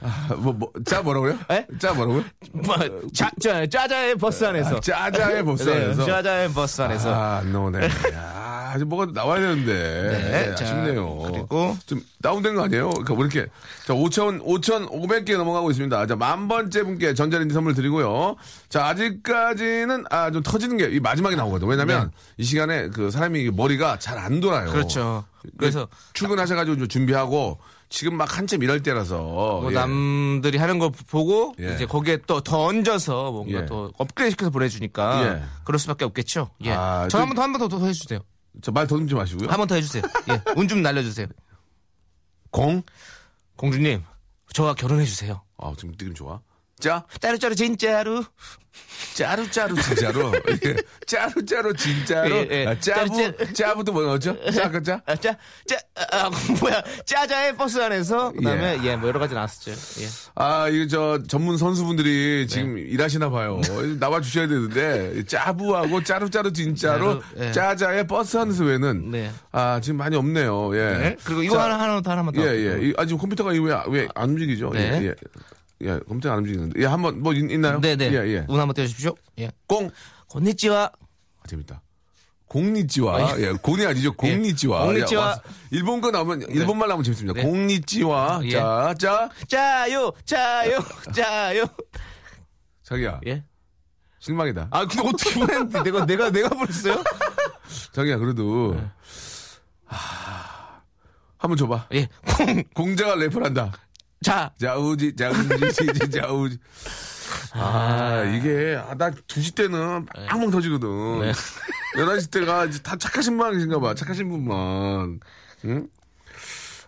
[SPEAKER 1] 아, 뭐, 뭐, 자 뭐라고요?
[SPEAKER 3] 에?
[SPEAKER 1] 자 뭐라고요?
[SPEAKER 3] 뭐, 자, 자, 자자의 버스 안에서
[SPEAKER 1] 아, 짜자의 보스 안에서.
[SPEAKER 3] 네, 자자의 버스 안에서
[SPEAKER 1] 아, 안 나오네. 아, 이제 뭐가 나와야 되는데.
[SPEAKER 3] 네, 자,
[SPEAKER 1] 아쉽네요.
[SPEAKER 3] 그리고.
[SPEAKER 1] 좀 다운된 거 아니에요? 그러니까 뭐 이렇게. 자, 5천, 5,500개 넘어가고 있습니다. 자, 만 번째 분께 전자레인지 선물 드리고요. 자, 아직까지는, 아, 좀 터지는 게 이 마지막에 나오거든요. 왜냐면 이 시간에 그 사람이 머리가 잘 안 돌아요.
[SPEAKER 3] 네. 그렇죠. 그래서
[SPEAKER 1] 출근하셔가지고 좀 준비하고 지금 막 한참 일할 때라서.
[SPEAKER 3] 뭐
[SPEAKER 1] 예.
[SPEAKER 3] 남들이 하는 거 보고
[SPEAKER 1] 예.
[SPEAKER 3] 이제 거기에 또 더 얹어서 뭔가
[SPEAKER 1] 예.
[SPEAKER 3] 또 업그레이드 시켜서 보내주니까
[SPEAKER 1] 예.
[SPEAKER 3] 그럴 수밖에 없겠죠. 예.
[SPEAKER 1] 아,
[SPEAKER 3] 저
[SPEAKER 1] 그-
[SPEAKER 3] 한 번 더 한 번 더 해주세요.
[SPEAKER 1] 예. 저 말 더듬지 마시고요.
[SPEAKER 3] 한 번 더 해주세요. 예. (laughs) 운 좀 날려주세요.
[SPEAKER 1] 공?
[SPEAKER 3] 공주님, 저와 결혼해주세요.
[SPEAKER 1] 아, 지금 느낌 좋아. 자,
[SPEAKER 3] 짜루짜루 진짜루.
[SPEAKER 1] 짜루짜루
[SPEAKER 3] (laughs)
[SPEAKER 1] 진짜로 예. 짜루짜루 진짜로
[SPEAKER 3] 예, 예.
[SPEAKER 1] 아, 짜부
[SPEAKER 3] 짜루짜루.
[SPEAKER 1] 짜부도 뭐 넣었죠? 짜그짜
[SPEAKER 3] 아, 짜, 짜, 아, (laughs) 아, 뭐야. 짜자의 버스 안에서. 그 다음에, 예. 뭐 여러 가지 나왔었죠. 예.
[SPEAKER 1] 아 이거 저 전문 선수분들이 지금
[SPEAKER 3] 네.
[SPEAKER 1] 일하시나
[SPEAKER 3] (laughs)
[SPEAKER 1] 봐요 나와 주셔야 되는데 짜부하고 짜루짜루 진짜로
[SPEAKER 3] 짜루, 예.
[SPEAKER 1] 짜자의 버스 한에서 외는
[SPEAKER 3] 네.
[SPEAKER 1] 아 지금 많이 없네요 예
[SPEAKER 3] 네? 그리고 이거
[SPEAKER 1] 자,
[SPEAKER 3] 하나, 하나, 더, 하나만 더.
[SPEAKER 1] 예, 예. 이- 아, 지금 컴퓨터가 왜안 움직이죠?
[SPEAKER 3] 네.
[SPEAKER 1] 예, 예. 예, 컴퓨터가 안 움직이는데. 예, 한 번, 뭐, 있, 나요
[SPEAKER 3] 네네.
[SPEAKER 1] 예, 예.
[SPEAKER 3] 운 한번 떼주십시오. 예.
[SPEAKER 1] 공.
[SPEAKER 3] 곤니찌와.
[SPEAKER 1] 아, 재밌다. 공니찌와 예, 공이 아니죠. 공니찌와.
[SPEAKER 3] 예. 공니찌와.
[SPEAKER 1] 야, 와서 일본 거 나오면 일본 말 나오면 재밌습니다.
[SPEAKER 3] 네.
[SPEAKER 1] 공니찌와.
[SPEAKER 3] 예.
[SPEAKER 1] 자, 자.
[SPEAKER 3] 짜요, 짜요,
[SPEAKER 1] 예.
[SPEAKER 3] 짜요.
[SPEAKER 1] 자기야.
[SPEAKER 3] 예.
[SPEAKER 1] 실망이다.
[SPEAKER 3] 아, 근데 어떻게 보냈는데 내가, 내가, 내가 보냈어요?
[SPEAKER 1] 자기야 그래도 하... 한번 줘 봐.
[SPEAKER 3] 예.
[SPEAKER 1] 네.
[SPEAKER 3] 콩,
[SPEAKER 1] 공자가 랩을 한다.
[SPEAKER 3] 자.
[SPEAKER 1] 자우지 자우지 지지 (laughs) 자우지. 아, 네. 이게 아, 나 2시 때는 빵빵 터지거든. 11시 때가 이제 다 착하신 분인가 봐. 착하신 분만. 응?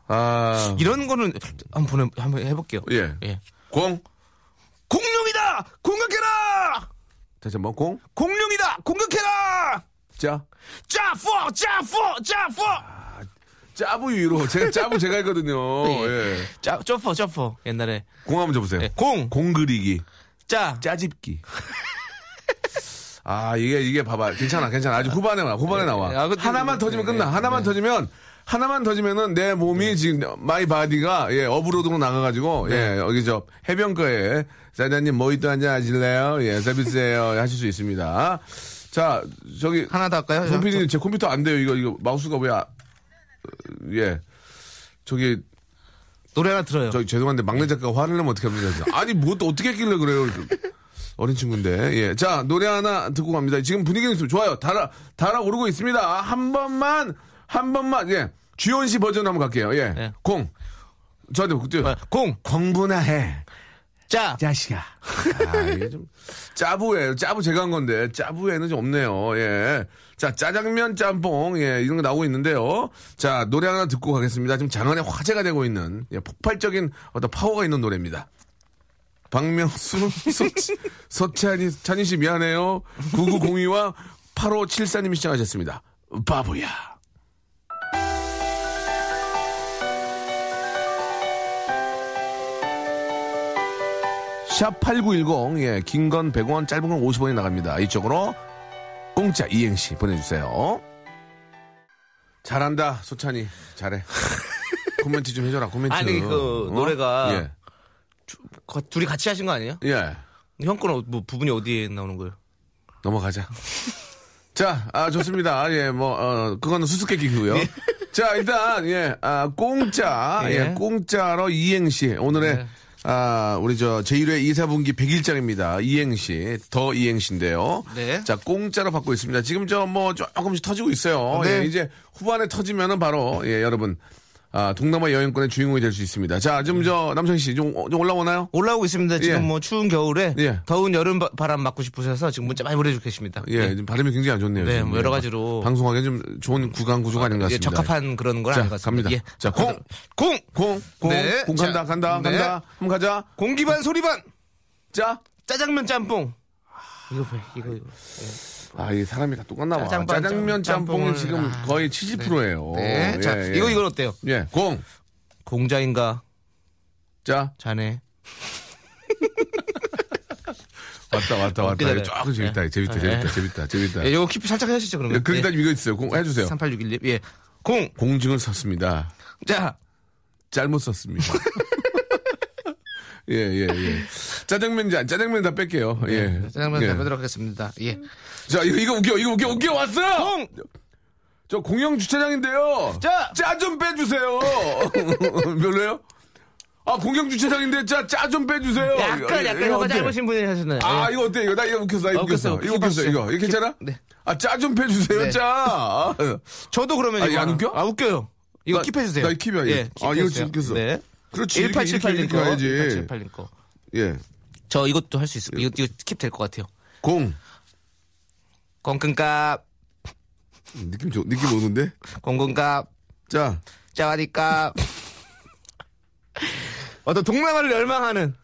[SPEAKER 1] 아.
[SPEAKER 3] 이런 거는 한번 보내, 한번 해볼게요.
[SPEAKER 1] 예.
[SPEAKER 3] 예.
[SPEAKER 1] 공.
[SPEAKER 3] 공룡이다! 공격해라!
[SPEAKER 1] 다시 한번 공.
[SPEAKER 3] 공룡이다! 공격해라!
[SPEAKER 1] 자.
[SPEAKER 3] 짜포! 짜포! 짜포!
[SPEAKER 1] 짜부 위로 제가 짜부 제가
[SPEAKER 3] (laughs)
[SPEAKER 1] 했거든요.
[SPEAKER 3] 네.
[SPEAKER 1] 예.
[SPEAKER 3] 짜, 점퍼, 점퍼. 옛날에.
[SPEAKER 1] 공 한번 줘보세요.
[SPEAKER 3] 예, 공,
[SPEAKER 1] 공 그리기,
[SPEAKER 3] 짜,
[SPEAKER 1] 짜집기. 아 이게 이게 봐봐 괜찮아 괜찮아 아주 후반에 나와 후반에 나와
[SPEAKER 3] 아, 그것도- 네.
[SPEAKER 1] 하나만 터지면 끝나 하나만 터지면 하나만 터지면은 내 몸이 지금 마이 바디가 예 업으로드로 나가가지고
[SPEAKER 3] 네.
[SPEAKER 1] 예 여기 저 해변가에 사장님 모히또 한잔 하실래요 예 서비스예요 하실 수 있습니다 자 저기
[SPEAKER 3] 하나 더 할까요?
[SPEAKER 1] 손 p d 제 컴퓨터 안 돼요. 이거, 이거, 마우스가 왜, 아, 어, 예. 저기,
[SPEAKER 3] 노래 하나 들어요.
[SPEAKER 1] 저 죄송한데 막내 작가가 화를 내면 어떻게 합니까? 아니, 뭐, 또 어떻게 했길래 그래요. 어린 친구인데. 예. 자, 노래 하나 듣고 갑니다. 지금 분위기는 좀 좋아요. 달아, 달아 오르고 있습니다. 아, 한 번만, 한 번만, 예. 주현 씨 버전 한번 갈게요. 예.
[SPEAKER 3] 네.
[SPEAKER 1] 공. 저한테 그때
[SPEAKER 3] 어, 공,
[SPEAKER 1] 광분아 해.
[SPEAKER 3] 짜,
[SPEAKER 1] 자식아. 아, 이게 좀 짜부예요. 짜부 제가 한 건데 짜부에는 좀 없네요. 예. 자, 짜장면 짬뽕 예, 이런 거 나오고 있는데요. 자, 노래 하나 듣고 가겠습니다. 지금 장안에 화제가 되고 있는 예, 폭발적인 어떤 파워가 있는 노래입니다. 박명수, (laughs) 서, 서찬이, 찬이 씨 미안해요. 9902와 8574님이 시청하셨습니다. 바보야. 샵 8910, 예, 긴 건 100원, 짧은 건 50원이 나갑니다. 이쪽으로 공짜 이행시 보내주세요. 잘한다, 소찬이. 잘해. (laughs) 코멘트 좀 해줘라, 코멘트.
[SPEAKER 3] 아니, 그
[SPEAKER 1] 어?
[SPEAKER 3] 노래가-
[SPEAKER 1] 예.
[SPEAKER 3] 거- 둘이 같이 하신 거 아니에요?
[SPEAKER 1] 예.
[SPEAKER 3] 형 거는 어- 뭐 부분이 어디에 나오는 거예요?
[SPEAKER 1] 넘어가자. (laughs) 자, 아, 좋습니다. 아, 예, 뭐, 어, 그거는 수수께끼고요. (laughs) 자, 일단, 예, 아, 공짜, 예,
[SPEAKER 3] 예.
[SPEAKER 1] 공짜로 이행시. 오늘의,
[SPEAKER 3] 네.
[SPEAKER 1] 아, 우리 저, 제1회 이사분기 100일장입니다. 이행시. 더 이행시인데요.
[SPEAKER 3] 네.
[SPEAKER 1] 자, 공짜로 받고 있습니다. 지금 저, 뭐, 조금씩 터지고 있어요.
[SPEAKER 3] 네.
[SPEAKER 1] 예, 이제 후반에 터지면은 바로, 예, 여러분. 아, 동남아 여행권의 주인공이 될 수 있습니다. 자, 좀 저, 남성 씨, 좀, 어, 좀 올라오나요?
[SPEAKER 3] 올라오고 있습니다. 지금
[SPEAKER 1] 예.
[SPEAKER 3] 뭐 추운 겨울에
[SPEAKER 1] 예.
[SPEAKER 3] 더운 여름 바, 람 맞고 싶으셔서 지금 문자 많이 보내주고 계십니다.
[SPEAKER 1] 예, 지금 발음이 굉장히 안 좋네요.
[SPEAKER 3] 네,
[SPEAKER 1] 지금. 예,
[SPEAKER 3] 뭐 여러 가지로.
[SPEAKER 1] 방송하기 좀 좋은 구간 구조가 아닌 것
[SPEAKER 3] 예,
[SPEAKER 1] 같습니다.
[SPEAKER 3] 적합한 그런 건
[SPEAKER 1] 자,
[SPEAKER 3] 아닌 것
[SPEAKER 1] 갑니다.
[SPEAKER 3] 같습니다. 예.
[SPEAKER 1] 자, 공,
[SPEAKER 3] 공,
[SPEAKER 1] 공, 공,
[SPEAKER 3] 네.
[SPEAKER 1] 공 간다,
[SPEAKER 3] 자,
[SPEAKER 1] 간다,
[SPEAKER 3] 네.
[SPEAKER 1] 간다. 한번 가자.
[SPEAKER 3] 공기 반 소리 반,
[SPEAKER 1] 자.
[SPEAKER 3] 짜장면 짬뽕. 이거 봐, 이거. 이거.
[SPEAKER 1] 아, 이 사람이 다 똑같나 봐.
[SPEAKER 3] 짜장반,
[SPEAKER 1] 짜장면 짬뽕은
[SPEAKER 3] 짬뽕을-
[SPEAKER 1] 지금
[SPEAKER 3] 아,
[SPEAKER 1] 거의 70%예요.
[SPEAKER 3] 네, 자, 이거 이건 어때요?
[SPEAKER 1] 예, 공,
[SPEAKER 3] 공자인가,
[SPEAKER 1] 자,
[SPEAKER 3] 자네.
[SPEAKER 1] 왔다 왔다 왔다.
[SPEAKER 3] 기다려요. 네. 아,
[SPEAKER 1] 조금 재밌다. 재밌다. 재밌다. 재밌다. 재밌다.
[SPEAKER 3] 예, 요거 키피 살짝 해주시죠 그러면.
[SPEAKER 1] 그 일단 네. 이거 있어요. 공 해주세요.
[SPEAKER 3] 3861님. 예. 공.
[SPEAKER 1] 공증을 썼습니다.
[SPEAKER 3] 자.
[SPEAKER 1] 잘못
[SPEAKER 3] (laughs)
[SPEAKER 1] 썼습니다. 예, 예, 예. 짜장면, 자, 짜장면 다 뺄게요. 예.
[SPEAKER 3] 짜장면
[SPEAKER 1] 예. 어,
[SPEAKER 3] 예. 보도록 하겠습니다. 예.
[SPEAKER 1] 자, 이거, 이거 웃겨, 이거 웃겨, 웃겨, 왔어요!
[SPEAKER 3] 공.
[SPEAKER 1] 저 공영 주차장인데요.
[SPEAKER 3] 자!
[SPEAKER 1] 짜 좀 빼주세요. (laughs) 별로요? 아, 공영 주차장인데 짜, 짜 좀 빼주세요. 이거,
[SPEAKER 3] 네, 약간
[SPEAKER 1] 이거
[SPEAKER 3] 약간 이거
[SPEAKER 1] 어때?
[SPEAKER 3] 짧으신 분이 하셨나요? 예.
[SPEAKER 1] 아, 이거 어때? 이거 나 이거 웃겼어. 나 이거
[SPEAKER 3] 웃겼어,
[SPEAKER 1] 웃겼어. 이거
[SPEAKER 3] 웃겼어.
[SPEAKER 1] 웃겼어. 이거. 이거 괜찮아?
[SPEAKER 3] 네.
[SPEAKER 1] 아, 짜 좀 빼주세요,
[SPEAKER 3] 네.
[SPEAKER 1] 짜. 아,
[SPEAKER 3] 저도 그러면
[SPEAKER 1] 아,
[SPEAKER 3] 이거
[SPEAKER 1] 이거 안
[SPEAKER 3] 하나-
[SPEAKER 1] 웃겨?
[SPEAKER 3] 아 웃겨요. 이거
[SPEAKER 1] 나-
[SPEAKER 3] 킵해주세요. 예,
[SPEAKER 1] 나 이거 킵이야, 이거. 아, 이거
[SPEAKER 3] 킵해주세요.
[SPEAKER 1] 지금 웃겼어.
[SPEAKER 3] 네.
[SPEAKER 1] 그렇지. 이렇게, 이렇게,
[SPEAKER 3] 1878님
[SPEAKER 1] 이렇게
[SPEAKER 3] 거.
[SPEAKER 1] 가야지.
[SPEAKER 3] 1878님 거.
[SPEAKER 1] 예.
[SPEAKER 3] 저 이것도 할 수 있어요. 이거 이거 킵될 것 같아요.
[SPEAKER 1] 공.
[SPEAKER 3] 공끈값,
[SPEAKER 1] 느낌 좋, 느낌 오는데?
[SPEAKER 3] 공군값,
[SPEAKER 1] 자.
[SPEAKER 3] 짜와디값. (laughs) 어떤 동남아를 열망하는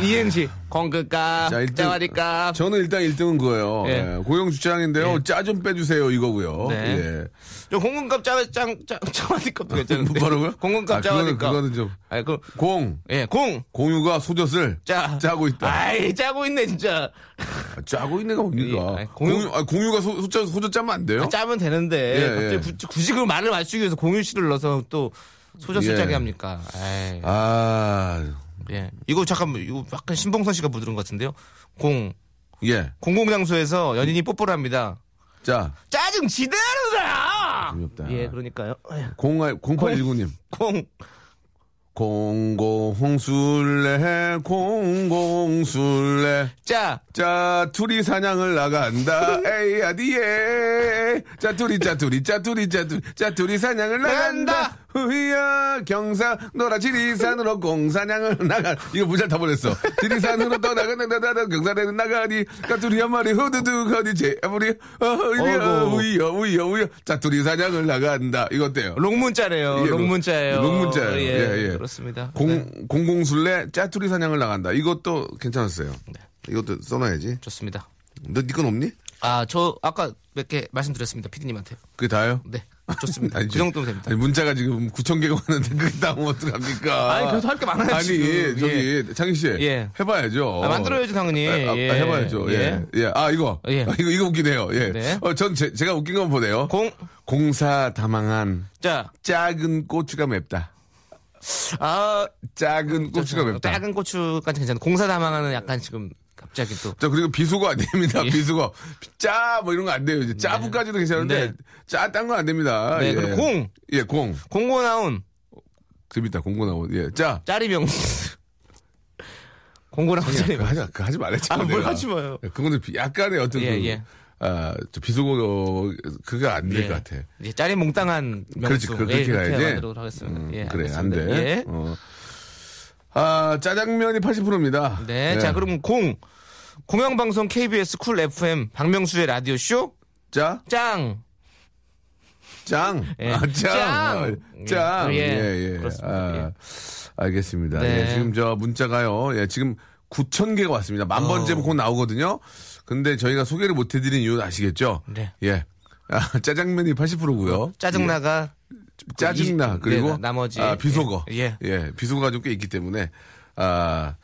[SPEAKER 3] 이행시. 공끈값,
[SPEAKER 1] 자, 일단-
[SPEAKER 3] 아. 짜와디값.
[SPEAKER 1] 저는 일단 1등은 그거예요.
[SPEAKER 3] 예.
[SPEAKER 1] 예, 고용 주차장인데요. 짜 좀 빼주세요 이거고요. 예.
[SPEAKER 3] 네. 저 공군값 짜와짱 짜와디값도 괜찮은데.
[SPEAKER 1] 뭐라고요?
[SPEAKER 3] 공군값
[SPEAKER 1] 아, 그거는,
[SPEAKER 3] 짜와디값.
[SPEAKER 1] 그거는 좀
[SPEAKER 3] 아니 그
[SPEAKER 1] 공.
[SPEAKER 3] 예, 공.
[SPEAKER 1] 공유가 소젖을
[SPEAKER 3] 짜.
[SPEAKER 1] 짜고 있다.
[SPEAKER 3] 아이, 짜고 있네 진짜.
[SPEAKER 1] 아, 짜고 있는 게 뭡니까?
[SPEAKER 3] 예, 아니, 공유-
[SPEAKER 1] 공유, 아, 공유가 소, 소젖, 소젖 짜면 안 돼요?
[SPEAKER 3] 아, 짜면 되는데
[SPEAKER 1] 예,
[SPEAKER 3] 갑자기
[SPEAKER 1] 예.
[SPEAKER 3] 굳이- 굳이 그 말을 맞추기 위해서 공유 씨를 넣어서 또 소젖을
[SPEAKER 1] 예.
[SPEAKER 3] 짜게 합니까? 에이,
[SPEAKER 1] 아,
[SPEAKER 3] 예. 이거 잠깐만 이거 약간 신봉선 씨가 부르는 것 같은데요. 공
[SPEAKER 1] 예.
[SPEAKER 3] 공공장소에서 연인이 뽀뽀를 합니다.
[SPEAKER 1] 자,
[SPEAKER 3] 짜증 지대로다.
[SPEAKER 1] 재미없다.
[SPEAKER 3] 예, 그러니까요. (laughs) 에휴,
[SPEAKER 1] 0819님.
[SPEAKER 3] 공
[SPEAKER 1] 공공술래, 공공술래.
[SPEAKER 3] 짜.
[SPEAKER 1] 자, 둘이 사냥을 나간다. 에이, 아디에. 자, 둘이, 자, 둘이, 자, 둘이, 자, 둘이, 자, 둘이 사냥을 나간다.
[SPEAKER 3] 나간다.
[SPEAKER 1] 후야, 경사, 노라, 지리산으로 공사냥을 나가. 이거 무잘 다 보냈어. 지리산으로 떠나간다, 경사를 나가니. 자, 둘이 한 마리, 후두둑, 어디, 제, 아무리, 어, 우여,
[SPEAKER 3] 어이구.
[SPEAKER 1] 우여, 우여, 우여. 자, 둘이 사냥을 나간다. 이거 어때요?
[SPEAKER 3] 네. 롱문자래요.
[SPEAKER 1] 예, 롱-
[SPEAKER 3] 롱문자예요.
[SPEAKER 1] 롱문자예요. 예, 예.
[SPEAKER 3] 그렇습니다.
[SPEAKER 1] 공,
[SPEAKER 3] 네,
[SPEAKER 1] 공공술래, 짜투리 사냥을 나간다. 이것도 괜찮았어요.
[SPEAKER 3] 네.
[SPEAKER 1] 이것도 써놔야지.
[SPEAKER 3] 좋습니다.
[SPEAKER 1] 너, 니건 없니?
[SPEAKER 3] 아, 저 아까 몇 개 말씀드렸습니다. 피디님한테.
[SPEAKER 1] 그게 다예요?
[SPEAKER 3] 네.
[SPEAKER 1] (laughs)
[SPEAKER 3] 좋습니다.
[SPEAKER 1] 아니,
[SPEAKER 3] 그 정도면 됩니다.
[SPEAKER 1] 아니, 문자가 지금 9천 개가 왔는데 그게 나오면 어떡합니까?
[SPEAKER 3] 아니, 그래도 할게 많아요,
[SPEAKER 1] 아니, 예,
[SPEAKER 3] 지금.
[SPEAKER 1] 저기, 창희 씨.
[SPEAKER 3] 예.
[SPEAKER 1] 해봐야죠.
[SPEAKER 3] 아, 만들어야죠, 당연히.
[SPEAKER 1] 아, 아,
[SPEAKER 3] 예.
[SPEAKER 1] 해봐야죠. 예. 예. 아, 이거.
[SPEAKER 3] 예.
[SPEAKER 1] 아, 이거, 이거 웃기네요. 예.
[SPEAKER 3] 네.
[SPEAKER 1] 어, 전 제, 제가 웃긴 건 보네요.
[SPEAKER 3] 공,
[SPEAKER 1] 공사 다망한
[SPEAKER 3] 짜.
[SPEAKER 1] 작은 고추가 맵다.
[SPEAKER 3] 아,
[SPEAKER 1] 작은 고추가 맵다.
[SPEAKER 3] 작은 고추까지 괜찮아. 공사 담당하는 약간 지금 갑자기 또.
[SPEAKER 1] 자, 그리고 비수거 안 됩니다.
[SPEAKER 3] (laughs) 예.
[SPEAKER 1] 비수거. 짜, 뭐 이런 거 안 돼요. 이제 짜부까지도 괜찮은데,
[SPEAKER 3] 네.
[SPEAKER 1] 짜, 딴 거 안 됩니다.
[SPEAKER 3] 네,
[SPEAKER 1] 예.
[SPEAKER 3] 그리고 공.
[SPEAKER 1] 예, 공.
[SPEAKER 3] 공고 나온
[SPEAKER 1] 재밌다, 공고 나온. 예, 짜.
[SPEAKER 3] 짜리 명수. (laughs) 공고 나온
[SPEAKER 1] 야,
[SPEAKER 3] 짜리
[SPEAKER 1] 그거 그러니까
[SPEAKER 3] 명수.
[SPEAKER 1] 하지, 그거 하지 말랬잖아.
[SPEAKER 3] 아, 뭘
[SPEAKER 1] 내가. 예,
[SPEAKER 3] 하지 마요.
[SPEAKER 1] 그거는 비- 약간의 어떤
[SPEAKER 3] 예,
[SPEAKER 1] 그,
[SPEAKER 3] 예.
[SPEAKER 1] 아, 저 비속어, 그거 안 될 것 같아.
[SPEAKER 3] 예, 짜리 몽땅한 명수.
[SPEAKER 1] 그렇지, 그- 그렇게
[SPEAKER 3] 예,
[SPEAKER 1] 가야지.
[SPEAKER 3] 만들도록 하겠습니다.
[SPEAKER 1] 음,
[SPEAKER 3] 예,
[SPEAKER 1] 그래, 안
[SPEAKER 3] 알겠습니다.
[SPEAKER 1] 돼.
[SPEAKER 3] 예.
[SPEAKER 1] 어. 아, 짜장면이 80%입니다. 예.
[SPEAKER 3] 네, 자, 그럼 공. 공영방송 KBS 쿨 FM 박명수의 라디오쇼
[SPEAKER 1] 짜,
[SPEAKER 3] 짱.
[SPEAKER 1] 짱.
[SPEAKER 3] 예.
[SPEAKER 1] 아, 짱.
[SPEAKER 3] 짱.
[SPEAKER 1] 짱.
[SPEAKER 3] 예,
[SPEAKER 1] 예, 예.
[SPEAKER 3] 그렇습니다.
[SPEAKER 1] 아, 알겠습니다.
[SPEAKER 3] 네.
[SPEAKER 1] 예, 지금 저 문자가요. 예, 지금 9,000개가 왔습니다. 만
[SPEAKER 3] 어.
[SPEAKER 1] 번째면 곧 나오거든요. 근데 저희가 소개를 못 해드린 이유는 아시겠죠?
[SPEAKER 3] 네.
[SPEAKER 1] 예. 아, 짜장면이 80%고요.
[SPEAKER 3] 짜증나가. 그
[SPEAKER 1] 그 짜증나
[SPEAKER 3] 이-
[SPEAKER 1] 그리고
[SPEAKER 3] 네, 나머지.
[SPEAKER 1] 아, 비속어
[SPEAKER 3] 예.
[SPEAKER 1] 비속어가 좀 꽤 있기 때문에 아자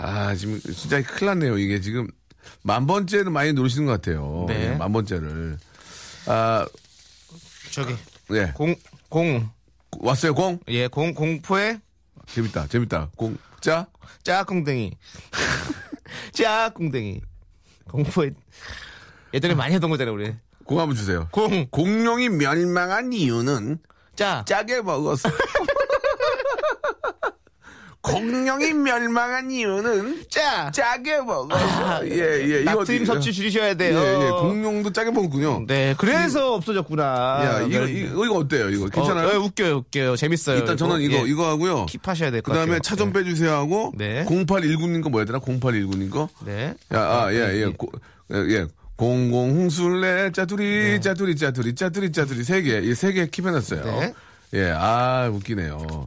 [SPEAKER 1] 아, 지금 진짜 큰일 났네요 이게 지금 만 번째는 많이 노리시는 것 같아요
[SPEAKER 3] 네.
[SPEAKER 1] 예, 만 번째를 아예 예.
[SPEAKER 3] 저기. 공, 공.
[SPEAKER 1] 왔어요 공
[SPEAKER 3] 예, 공, 공포의
[SPEAKER 1] 재밌다 재밌다 공짜
[SPEAKER 3] 짝꿍댕이. (laughs) 짝꿍댕이. 공포에. 예전에 많이 했던 거잖아요, 우리.
[SPEAKER 1] 공 한번 주세요
[SPEAKER 3] 공,
[SPEAKER 1] 공룡이 멸망한 이유는
[SPEAKER 3] 짜.
[SPEAKER 1] 짜게 먹었어 (laughs) 공룡이 멸망한 이유는
[SPEAKER 3] 짜.
[SPEAKER 1] 짜게 먹었어 예예
[SPEAKER 3] 나트륨 아, 섭취 줄이셔야 돼요.
[SPEAKER 1] 예, 예. 공룡도 짜게 먹었군요.
[SPEAKER 3] 네, 그래서 없어졌구나.
[SPEAKER 1] 야, 이거,
[SPEAKER 3] 네.
[SPEAKER 1] 이거, 이거 어때요? 이거
[SPEAKER 3] 어, 예,
[SPEAKER 1] 괜찮아요?
[SPEAKER 3] 웃겨요, 웃겨요. 재밌어요.
[SPEAKER 1] 일단 저는 이거,
[SPEAKER 3] 예,
[SPEAKER 1] 이거 하고요.
[SPEAKER 3] 킵하셔야 될 것
[SPEAKER 1] 그
[SPEAKER 3] 같아요. 예.
[SPEAKER 1] 다음에 차 좀 빼주세요 하고.
[SPEAKER 3] 네.
[SPEAKER 1] 0819님 거 뭐야 되나? 0819님 거?
[SPEAKER 3] 네.
[SPEAKER 1] 야, 아, 예, 예. 고- 예, 예. 공공홍술래, 짜투리, 짜투리, 짜투리, 짜투리, 짜투리, 세 개. 이 세 개 킵해놨어요.
[SPEAKER 3] 네.
[SPEAKER 1] 예, 아, 웃기네요.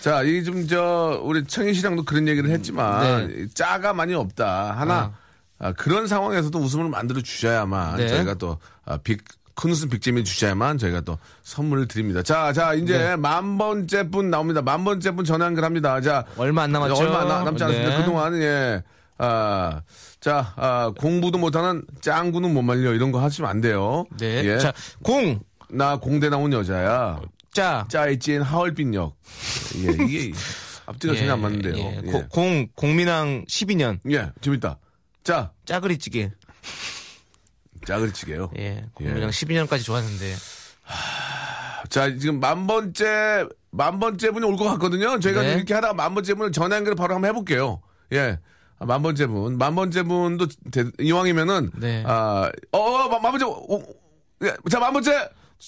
[SPEAKER 1] 자, 이 좀 저, 우리 창희 씨랑도 그런 얘기를 했지만,
[SPEAKER 3] 네.
[SPEAKER 1] 이 짜가 많이 없다. 하나, 아, 그런 상황에서도 웃음을 만들어 주셔야만
[SPEAKER 3] 네.
[SPEAKER 1] 저희가 또, 아, 빅, 큰 웃음 빅잼이 주셔야만 저희가 또 선물을 드립니다. 자, 자, 이제 만 번째 분 나옵니다. 만 번째 분 전화 연결합니다. 자,
[SPEAKER 3] 얼마 안 남았죠?
[SPEAKER 1] 얼마 안 네, 남- 남지 않았습니다.
[SPEAKER 3] 네.
[SPEAKER 1] 그동안 예. 아, 자, 아, 공부도 못하는 짱구는 못 말려 이런 거 하시면 안 돼요.
[SPEAKER 3] 네.
[SPEAKER 1] 예.
[SPEAKER 3] 자, 공,
[SPEAKER 1] 나 공대 나온 여자야.
[SPEAKER 3] 자.
[SPEAKER 1] 짜이찐 하얼빈역. 예,
[SPEAKER 3] (laughs)
[SPEAKER 1] 이게 앞뒤가 전혀 안 맞는데요.
[SPEAKER 3] 예.
[SPEAKER 1] 예.
[SPEAKER 3] 고- 공, 공민항 12년.
[SPEAKER 1] 예, 재밌다. 자,
[SPEAKER 3] 짜그리찌개.
[SPEAKER 1] 짜글치게요.
[SPEAKER 3] 예. 공민항 12년까지 좋았는데.
[SPEAKER 1] 자, 지금 만 번째, 만 번째 분이 올 것 같거든요. 저희가
[SPEAKER 3] 네.
[SPEAKER 1] 지금 이렇게 하다가 만 번째 분을 전화 연결 바로 한번 해볼게요. 예. 아, 만 번째 분. 만 번째 분도 대- 이왕이면은.
[SPEAKER 3] 네.
[SPEAKER 1] 아, 어, 어, 마- 만 번째. 오, 예, 자, 만 번째.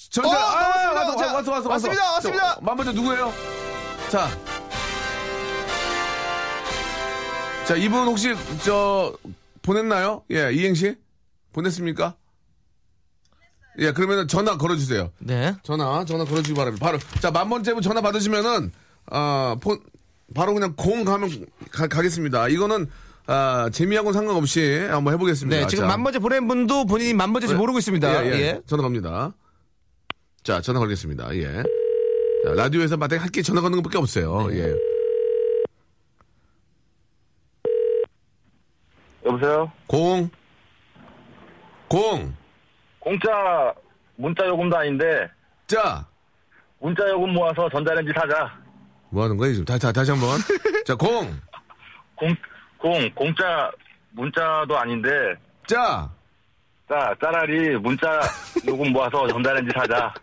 [SPEAKER 1] 저, 저,
[SPEAKER 3] 어,
[SPEAKER 1] 아,
[SPEAKER 3] 넘어왔습니다.
[SPEAKER 1] 왔어,
[SPEAKER 3] 자,
[SPEAKER 1] 왔어, 왔어,
[SPEAKER 3] 왔습니다,
[SPEAKER 1] 왔어.
[SPEAKER 3] 왔습니다.
[SPEAKER 1] 저, 만 번째 누구예요? 자. 자, 이분 혹시, 저, 보냈나요? 예, 이행시? 보냈습니까? 예, 그러면은 전화 걸어주세요.
[SPEAKER 3] 네.
[SPEAKER 1] 전화 전화 걸어주기 바랍니다. 바로 자만 번째 분 전화 받으시면은 아폰 바로 그냥 공 가면 가, 겠습니다 이거는 아 재미하고 는 상관없이 한번 해보겠습니다.
[SPEAKER 3] 네, 지금
[SPEAKER 1] 자.
[SPEAKER 3] 만 번째 보낸 분도 본인이 만 번째인지 모르고 있습니다.
[SPEAKER 1] 음, 예, 예.
[SPEAKER 3] 예.
[SPEAKER 1] 전화 갑니다. 자 전화 걸겠습니다. 예. 자, 라디오에서 마땅히 할게 전화 거는 것밖에 없어요.
[SPEAKER 3] 네.
[SPEAKER 1] 예.
[SPEAKER 4] 여보세요?
[SPEAKER 1] 공. 공.
[SPEAKER 4] 공짜 문자 요금도 아닌데
[SPEAKER 1] 자.
[SPEAKER 4] 문자 요금 모아서 전자레인지 사자.
[SPEAKER 1] 뭐 하는 거야 지금? 다시 다- 다시
[SPEAKER 3] (laughs)
[SPEAKER 1] 한번. 자 공.
[SPEAKER 4] 공, 공, 공짜 문자도 아닌데
[SPEAKER 1] 자.
[SPEAKER 4] 짜, 짜라리
[SPEAKER 1] (laughs)
[SPEAKER 4] 문자 요금 모아서 전자레인지 사자.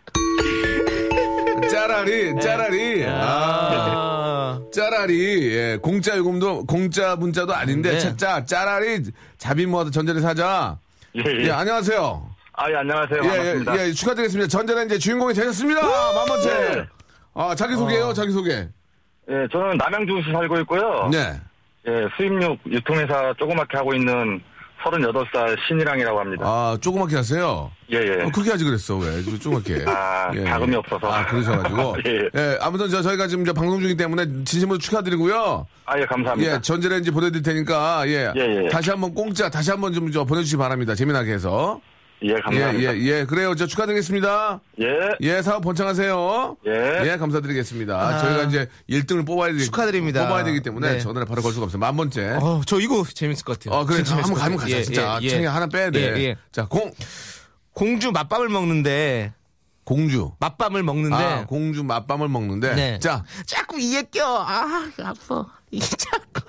[SPEAKER 1] 짜라리 짜라리.
[SPEAKER 3] 네.
[SPEAKER 1] 아.
[SPEAKER 3] 아,
[SPEAKER 1] 짜라리 예, 공짜 요금도 공짜 문자도 아닌데
[SPEAKER 3] 네.
[SPEAKER 1] 짜- 짜 짜라리 자비 모아서 전자레 사자.
[SPEAKER 4] 예,
[SPEAKER 1] 예,
[SPEAKER 4] 예.
[SPEAKER 1] 안녕하세요.
[SPEAKER 4] 아, 예, 안녕하세요.
[SPEAKER 1] 예,
[SPEAKER 4] 반갑습니다.
[SPEAKER 1] 예, 예, 축하드리겠습니다. 전자레 이제 주인공이 되셨습니다. 만번째.
[SPEAKER 4] 네. 어.
[SPEAKER 1] 아 자기 소개요, 자기 소개.
[SPEAKER 4] 예, 저는 남양주시 살고 있고요.
[SPEAKER 1] 네.
[SPEAKER 4] 예, 수입육 유통회사 조그맣게 하고 있는 38살 신이랑이라고 합니다.
[SPEAKER 1] 아 조그맣게 하세요.
[SPEAKER 4] 예, 예.
[SPEAKER 1] 어, 크게 하지 그랬어 왜? 좀 조그맣게.
[SPEAKER 4] 아, 자금이 없어서.
[SPEAKER 1] 아 그러셔가지고.
[SPEAKER 4] (laughs) 예, 예.
[SPEAKER 1] 예, 아무튼 저 저희가 지금 이제 방송 중이기 때문에 진심으로 축하드리고요.
[SPEAKER 4] 아, 예, 감사합니다.
[SPEAKER 1] 예, 전자레인지 보내드릴 테니까 예,
[SPEAKER 4] 예, 예.
[SPEAKER 1] 다시 한번 공짜 다시 한번 좀 저 보내주시기 바랍니다. 재미나게 해서.
[SPEAKER 4] 예,
[SPEAKER 1] 예,
[SPEAKER 4] 감사합니다.
[SPEAKER 1] 예, 예. 그래요. 저 축하드리겠습니다.
[SPEAKER 4] 예.
[SPEAKER 1] 예, 사업 번창하세요.
[SPEAKER 4] 예.
[SPEAKER 1] 감사드리겠습니다.
[SPEAKER 3] 아.
[SPEAKER 1] 저희가 이제 1등을 뽑아야 되기,
[SPEAKER 3] 축하드립니다.
[SPEAKER 1] 뽑아야 되기 때문에
[SPEAKER 3] 네.
[SPEAKER 1] 전화를 바로 걸 수가 없어요. 만 번째.
[SPEAKER 3] 어, 저 이거 재밌을 것 같아요.
[SPEAKER 1] 어, 네. 그래.
[SPEAKER 3] 진짜 재밌을
[SPEAKER 1] 한번
[SPEAKER 3] 것
[SPEAKER 1] 가면
[SPEAKER 3] 같아요.
[SPEAKER 1] 가자.
[SPEAKER 3] 예,
[SPEAKER 1] 진짜.
[SPEAKER 3] 예, 예.
[SPEAKER 1] 창에 하나 빼야 돼.
[SPEAKER 3] 예, 예.
[SPEAKER 1] 자, 공,
[SPEAKER 3] 공주 맛밥을 먹는데
[SPEAKER 1] 공주.
[SPEAKER 3] 맛밥을 먹는데
[SPEAKER 1] 아, 공주 맛밤을 먹는데.
[SPEAKER 3] 네.
[SPEAKER 1] 자,
[SPEAKER 3] 자꾸 이에 껴. 아, 아파. 이
[SPEAKER 1] (laughs)
[SPEAKER 3] 자꾸.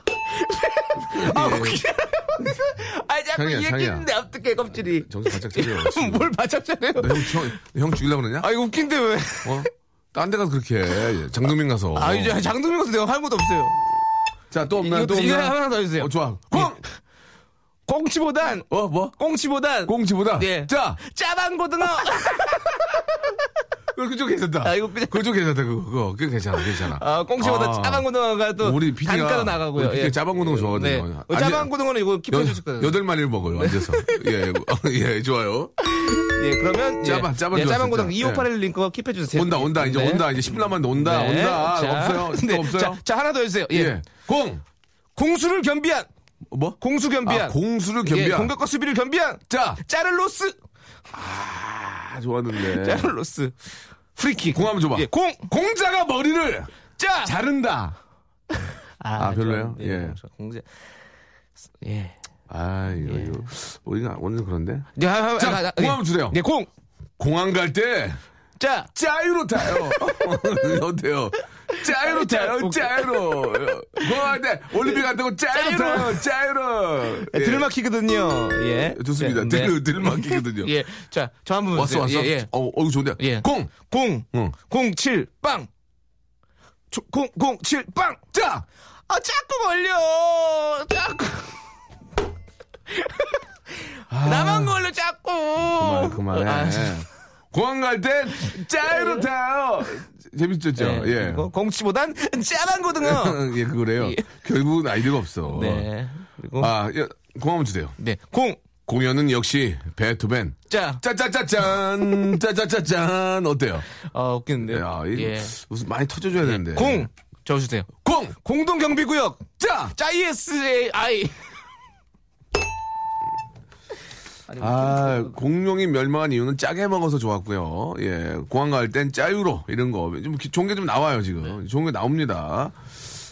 [SPEAKER 3] 아,
[SPEAKER 1] 예.
[SPEAKER 3] 웃기잖아. 아, 자꾸
[SPEAKER 1] 상이야,
[SPEAKER 3] 이에
[SPEAKER 1] 상이야.
[SPEAKER 3] 끼는데 어떡해, 껍질이.
[SPEAKER 1] 정신 바짝 차려요.
[SPEAKER 3] 뭘 바짝 차려요?
[SPEAKER 1] 너 형, 형, 형 죽이려고 그러냐?
[SPEAKER 3] 아, 이거 웃긴데 왜.
[SPEAKER 1] 네. 어? 딴 데 가서 그렇게 해. 장동민 가서.
[SPEAKER 3] 아, 이제 장동민 것도 내가 할 것도 없어요.
[SPEAKER 1] 자, 또 어, 없나?
[SPEAKER 3] 이거,
[SPEAKER 1] 또
[SPEAKER 3] 이거 네.
[SPEAKER 1] 없나?
[SPEAKER 3] 하나 더 해주세요.
[SPEAKER 1] 어, 좋아. 공!
[SPEAKER 3] 꽁치보단,
[SPEAKER 1] 어, 뭐?
[SPEAKER 3] 꽁치보단,
[SPEAKER 1] 공지보다.
[SPEAKER 3] 네.
[SPEAKER 1] 자,
[SPEAKER 3] 짜방 고등어.
[SPEAKER 1] 그쪽 괜찮다.
[SPEAKER 3] 아, 이거 그냥-
[SPEAKER 1] 그쪽 괜찮다. 그거, 그거. 그거 괜찮아. 괜찮아.
[SPEAKER 3] 아, 꽁치보다
[SPEAKER 1] 아.
[SPEAKER 3] 짜방 고등어가 또
[SPEAKER 1] 우리 PD가
[SPEAKER 3] 단가로 나가고요.
[SPEAKER 1] 우리 PD가 짜방 고등어
[SPEAKER 3] 네.
[SPEAKER 1] 좋아하거든요.
[SPEAKER 3] 어, 짜방 고등어는 이거 킵해주실 거예요. 네.
[SPEAKER 1] 여덟 마리를 먹어요 앉아서. 예, (laughs) 예, 예, 좋아요.
[SPEAKER 3] 예, 그러면
[SPEAKER 1] 짜방,
[SPEAKER 3] 예,
[SPEAKER 1] 짜방
[SPEAKER 3] 예,
[SPEAKER 1] 좋았어요,
[SPEAKER 3] 짜방 고등
[SPEAKER 1] 진짜.
[SPEAKER 3] 2581 링크 킵해주세요.
[SPEAKER 1] 온다, 온다. 이제
[SPEAKER 3] 네.
[SPEAKER 1] 온다. 이제 10분 남았는데 온다,
[SPEAKER 3] 네.
[SPEAKER 1] 온다.
[SPEAKER 3] 자,
[SPEAKER 1] 없어요. 또
[SPEAKER 3] (laughs) 네.
[SPEAKER 1] 없어요.
[SPEAKER 3] 자, 자, 하나 더 해주세요. 예.
[SPEAKER 1] 예, 공,
[SPEAKER 3] 공수를 겸비한
[SPEAKER 1] 뭐?
[SPEAKER 3] 공수 겸비한
[SPEAKER 1] 아, 공수를
[SPEAKER 3] 예,
[SPEAKER 1] 겸비한.
[SPEAKER 3] 공격과 수비를 겸비한
[SPEAKER 1] 자,
[SPEAKER 3] 짜를로스
[SPEAKER 1] 아, 좋았는데.
[SPEAKER 3] 짜를로스 프리킥
[SPEAKER 1] 공 한번 줘봐.
[SPEAKER 3] 예, 공
[SPEAKER 1] 공자가 머리를
[SPEAKER 3] 짜.
[SPEAKER 1] 아. 자른다.
[SPEAKER 3] 예.
[SPEAKER 1] 아, 별로예요?
[SPEAKER 3] 저,
[SPEAKER 1] 예.
[SPEAKER 3] 저 그렇죠. 공자. 예.
[SPEAKER 1] 아, 이거, 이거. 우리가 오늘 그런데.
[SPEAKER 3] 네, 하- 하-
[SPEAKER 1] 자,
[SPEAKER 3] 하- 하-
[SPEAKER 1] 공
[SPEAKER 3] 예.
[SPEAKER 1] 한번 주세요.
[SPEAKER 3] 네, 공.
[SPEAKER 1] 공항 갈 때
[SPEAKER 3] 짜.
[SPEAKER 1] 짜유로 타요. 어때요? 짜유로 타요,
[SPEAKER 3] 웃겨.
[SPEAKER 1] 짜유로. 공항 갈 때 올림픽 간다고 짜유로
[SPEAKER 3] 짜유로.
[SPEAKER 1] 타요, 짜유로. 예.
[SPEAKER 3] 들막히거든요. 예.
[SPEAKER 1] 좋습니다.
[SPEAKER 3] 네, 네.
[SPEAKER 1] 들, 들막이거든요.
[SPEAKER 3] 예. 자, 저 한번
[SPEAKER 1] 왔어, 왔어.
[SPEAKER 3] 예, 예.
[SPEAKER 1] 어, 어, 좋은데.
[SPEAKER 3] 예.
[SPEAKER 1] 공!
[SPEAKER 3] 공.
[SPEAKER 1] 응.
[SPEAKER 3] 공, 칠, 빵. 조- 공, 공, 칠, 빵.
[SPEAKER 1] 자!
[SPEAKER 3] 아, 자꾸 걸려. 자꾸. (laughs) 나만 걸려, 자꾸.
[SPEAKER 1] 아. 그만, 그만해.
[SPEAKER 3] 아, 진짜.
[SPEAKER 1] 공항 갈 때, 짜이로 타요! 재밌었죠? 예.
[SPEAKER 3] 네, 그리고 공치보단 짜만
[SPEAKER 1] (laughs)
[SPEAKER 3] 고등어.
[SPEAKER 1] 예, 그거래요. 결국은 아이디어가 없어.
[SPEAKER 3] (laughs) 네. 그리고
[SPEAKER 1] 아, 예, 공 한번 주세요.
[SPEAKER 3] 네. 공,
[SPEAKER 1] 공연은 역시 베토벤.
[SPEAKER 3] 짜.
[SPEAKER 1] 짜짜짜짠! 짜짜짜짠! 어때요?
[SPEAKER 3] 아, 웃기는데요.
[SPEAKER 1] 야, 이
[SPEAKER 3] 예.
[SPEAKER 1] 무슨 많이 터져줘야 되는데.
[SPEAKER 3] 공. 저 주세요.
[SPEAKER 1] 공!
[SPEAKER 3] 공동 경비 구역.
[SPEAKER 1] 짜!
[SPEAKER 3] 짜 ESAI.
[SPEAKER 1] 아, 공룡이 멸망한 이유는 짜게 먹어서 좋았고요. 예, 공항 갈 땐 짜유로 이런 거. 좀 기- 좋은 게 좀 나와요,
[SPEAKER 3] 네.
[SPEAKER 1] 지금. 좋은 게 나옵니다.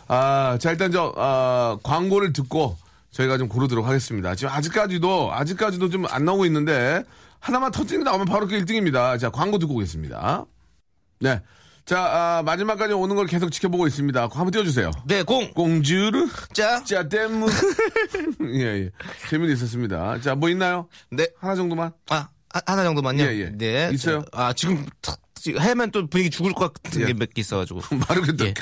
[SPEAKER 1] 아, 자, 일단 저, 아, 광고를 듣고 저희가 좀 고르도록 하겠습니다. 지금 아직까지도, 아직까지도 좀 안 나오고 있는데, 하나만 터지는 게 나오면 바로 그 1등입니다. 자, 광고 듣고 오겠습니다. 네. 자, 아, 마지막까지 오는 걸 계속 지켜보고 있습니다. 한번 띄워주세요.
[SPEAKER 3] 네, 공.
[SPEAKER 1] 공주르,
[SPEAKER 3] 자.
[SPEAKER 1] 자,
[SPEAKER 3] (laughs)
[SPEAKER 1] 땜무. 예, 예. 재미도 있었습니다. 자, 뭐 있나요?
[SPEAKER 3] 네.
[SPEAKER 1] 하나 정도만?
[SPEAKER 3] 아, 아, 하나 정도만요.
[SPEAKER 1] 예, 예.
[SPEAKER 3] 네.
[SPEAKER 1] 있어요?
[SPEAKER 3] 저, 아, 지금 탁, 지금 하면 또 분위기 죽을 것 같은
[SPEAKER 1] 예.
[SPEAKER 3] 게 몇
[SPEAKER 1] (laughs)
[SPEAKER 3] 개 있어가지고.
[SPEAKER 1] 바르겠다.
[SPEAKER 3] 예.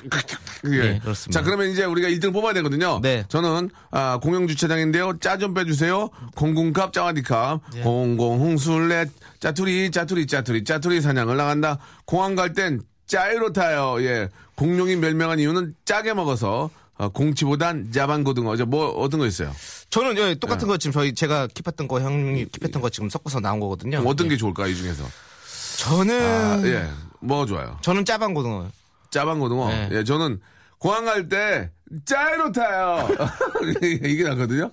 [SPEAKER 1] 예.
[SPEAKER 3] 예, 그렇습니다.
[SPEAKER 1] 자, 그러면 이제 우리가 1등 뽑아야 되거든요.
[SPEAKER 3] 네.
[SPEAKER 1] 저는 아, 공영 주차장인데요. 짜 좀 빼주세요. 공군캅 짜와디캅.
[SPEAKER 3] 예.
[SPEAKER 1] 공공홍술래 짜투리 짜투리 짜투리 짜투리 사냥을 나간다. 공항 갈 땐 짜이로 타요. 예. 공룡이 멸명한 이유는 짜게 먹어서 어, 공치보단 자반고등어. 저 뭐 어떤 거 있어요?
[SPEAKER 3] 저는 예, 똑같은 거 지금 저희 제가 킵했던 거 형님이 킵했던 거 지금 섞어서 나온 거거든요.
[SPEAKER 1] 어떤 예,
[SPEAKER 3] 예. 음.
[SPEAKER 1] 게 좋을까 이 중에서?
[SPEAKER 3] 저는
[SPEAKER 1] 아, 예. 뭐가 좋아요?
[SPEAKER 3] 저는 짜방 고등어.
[SPEAKER 1] 짜방고등어.
[SPEAKER 3] 네.
[SPEAKER 1] 예, 저는 공항 갈 때 짜이로 타요. (laughs) 이게 낫거든요.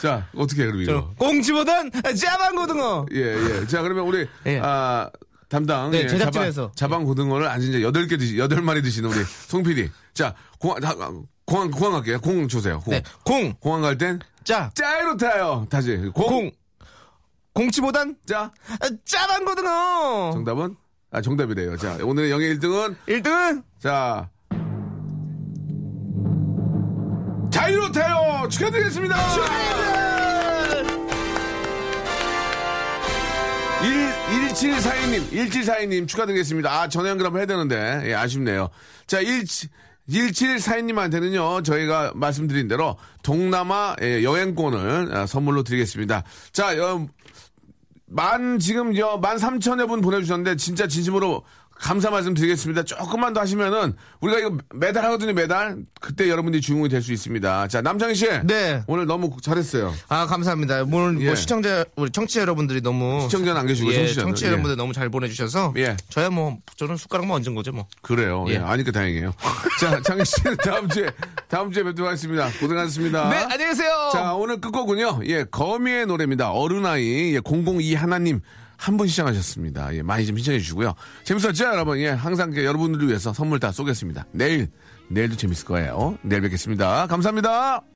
[SPEAKER 1] 자, 어떻게 해, 그럼 이거?
[SPEAKER 3] 저는 꽁치보단 짜방 고등어.
[SPEAKER 1] 예, 예. 자, 그러면 우리,
[SPEAKER 3] 예.
[SPEAKER 1] 아, 담당.
[SPEAKER 3] 네,
[SPEAKER 1] 예,
[SPEAKER 3] 제작진에서.
[SPEAKER 1] 자방, 고등어를 아주 이제 여덟 개 드시, 여덟 마리 드시는 우리 송 PD. 자, 공항, 다- 공항, 공항 갈게요. 공 주세요. 공.
[SPEAKER 3] 네, 공,
[SPEAKER 1] 공항 갈 땐,
[SPEAKER 3] 짜,
[SPEAKER 1] 짜이로 타요. 다시. 공.
[SPEAKER 3] 공, 공치보단
[SPEAKER 1] 짜.
[SPEAKER 3] 짜방 고등어.
[SPEAKER 1] 정답은? 아, 정답이래요. 자, 오늘의 영예 1등은,
[SPEAKER 3] 일등은
[SPEAKER 1] 자. 자이로 타요! 축하드리겠습니다!
[SPEAKER 3] 아,
[SPEAKER 1] 1742님, 1742님 축하드리겠습니다. 아, 전화 연결 한번 해야 되는데, 예, 아쉽네요. 자, 1 1742님한테는요, 저희가 말씀드린 대로 동남아 예, 여행권을 아, 선물로 드리겠습니다. 자, 여, 만, 지금 여, 만 3천여 분 보내주셨는데, 진짜 진심으로 감사 말씀 드리겠습니다. 조금만 더 하시면은, 우리가 이거 매달 하거든요, 매달. 그때 여러분들이 주인공이 될 수 있습니다. 자, 남창희 씨.
[SPEAKER 3] 네.
[SPEAKER 1] 오늘 너무 잘했어요.
[SPEAKER 3] 아, 감사합니다. 오늘 뭐
[SPEAKER 1] 예.
[SPEAKER 3] 시청자, 우리 청취자 여러분들이 너무.
[SPEAKER 1] 시청자는 안 계시고,
[SPEAKER 3] 예,
[SPEAKER 1] 청취자는.
[SPEAKER 3] 청취자
[SPEAKER 1] 예.
[SPEAKER 3] 여러분들 너무 잘 보내주셔서.
[SPEAKER 1] 예.
[SPEAKER 3] 저야 뭐, 저는 숟가락만 얹은 거죠 뭐.
[SPEAKER 1] 그래요. 예.
[SPEAKER 3] 예.
[SPEAKER 1] 아니까 다행이에요. (laughs) 자, 장희 씨 다음 주에 다음 주에 뵙도록 하겠습니다. 고생하셨습니다.
[SPEAKER 3] 네, 안녕히 계세요.
[SPEAKER 1] 자, 오늘 끝곡은요. 예, 거미의 노래입니다. 어른아이 예, 002 하나님 한 분 시청하셨습니다. 예, 많이 좀 신청해 주시고요. 재밌었죠, 여러분? 예, 항상 이렇게 여러분들을 위해서 선물 다 쏘겠습니다. 내일 내일도 재밌을 거예요. 내일 뵙겠습니다. 감사합니다.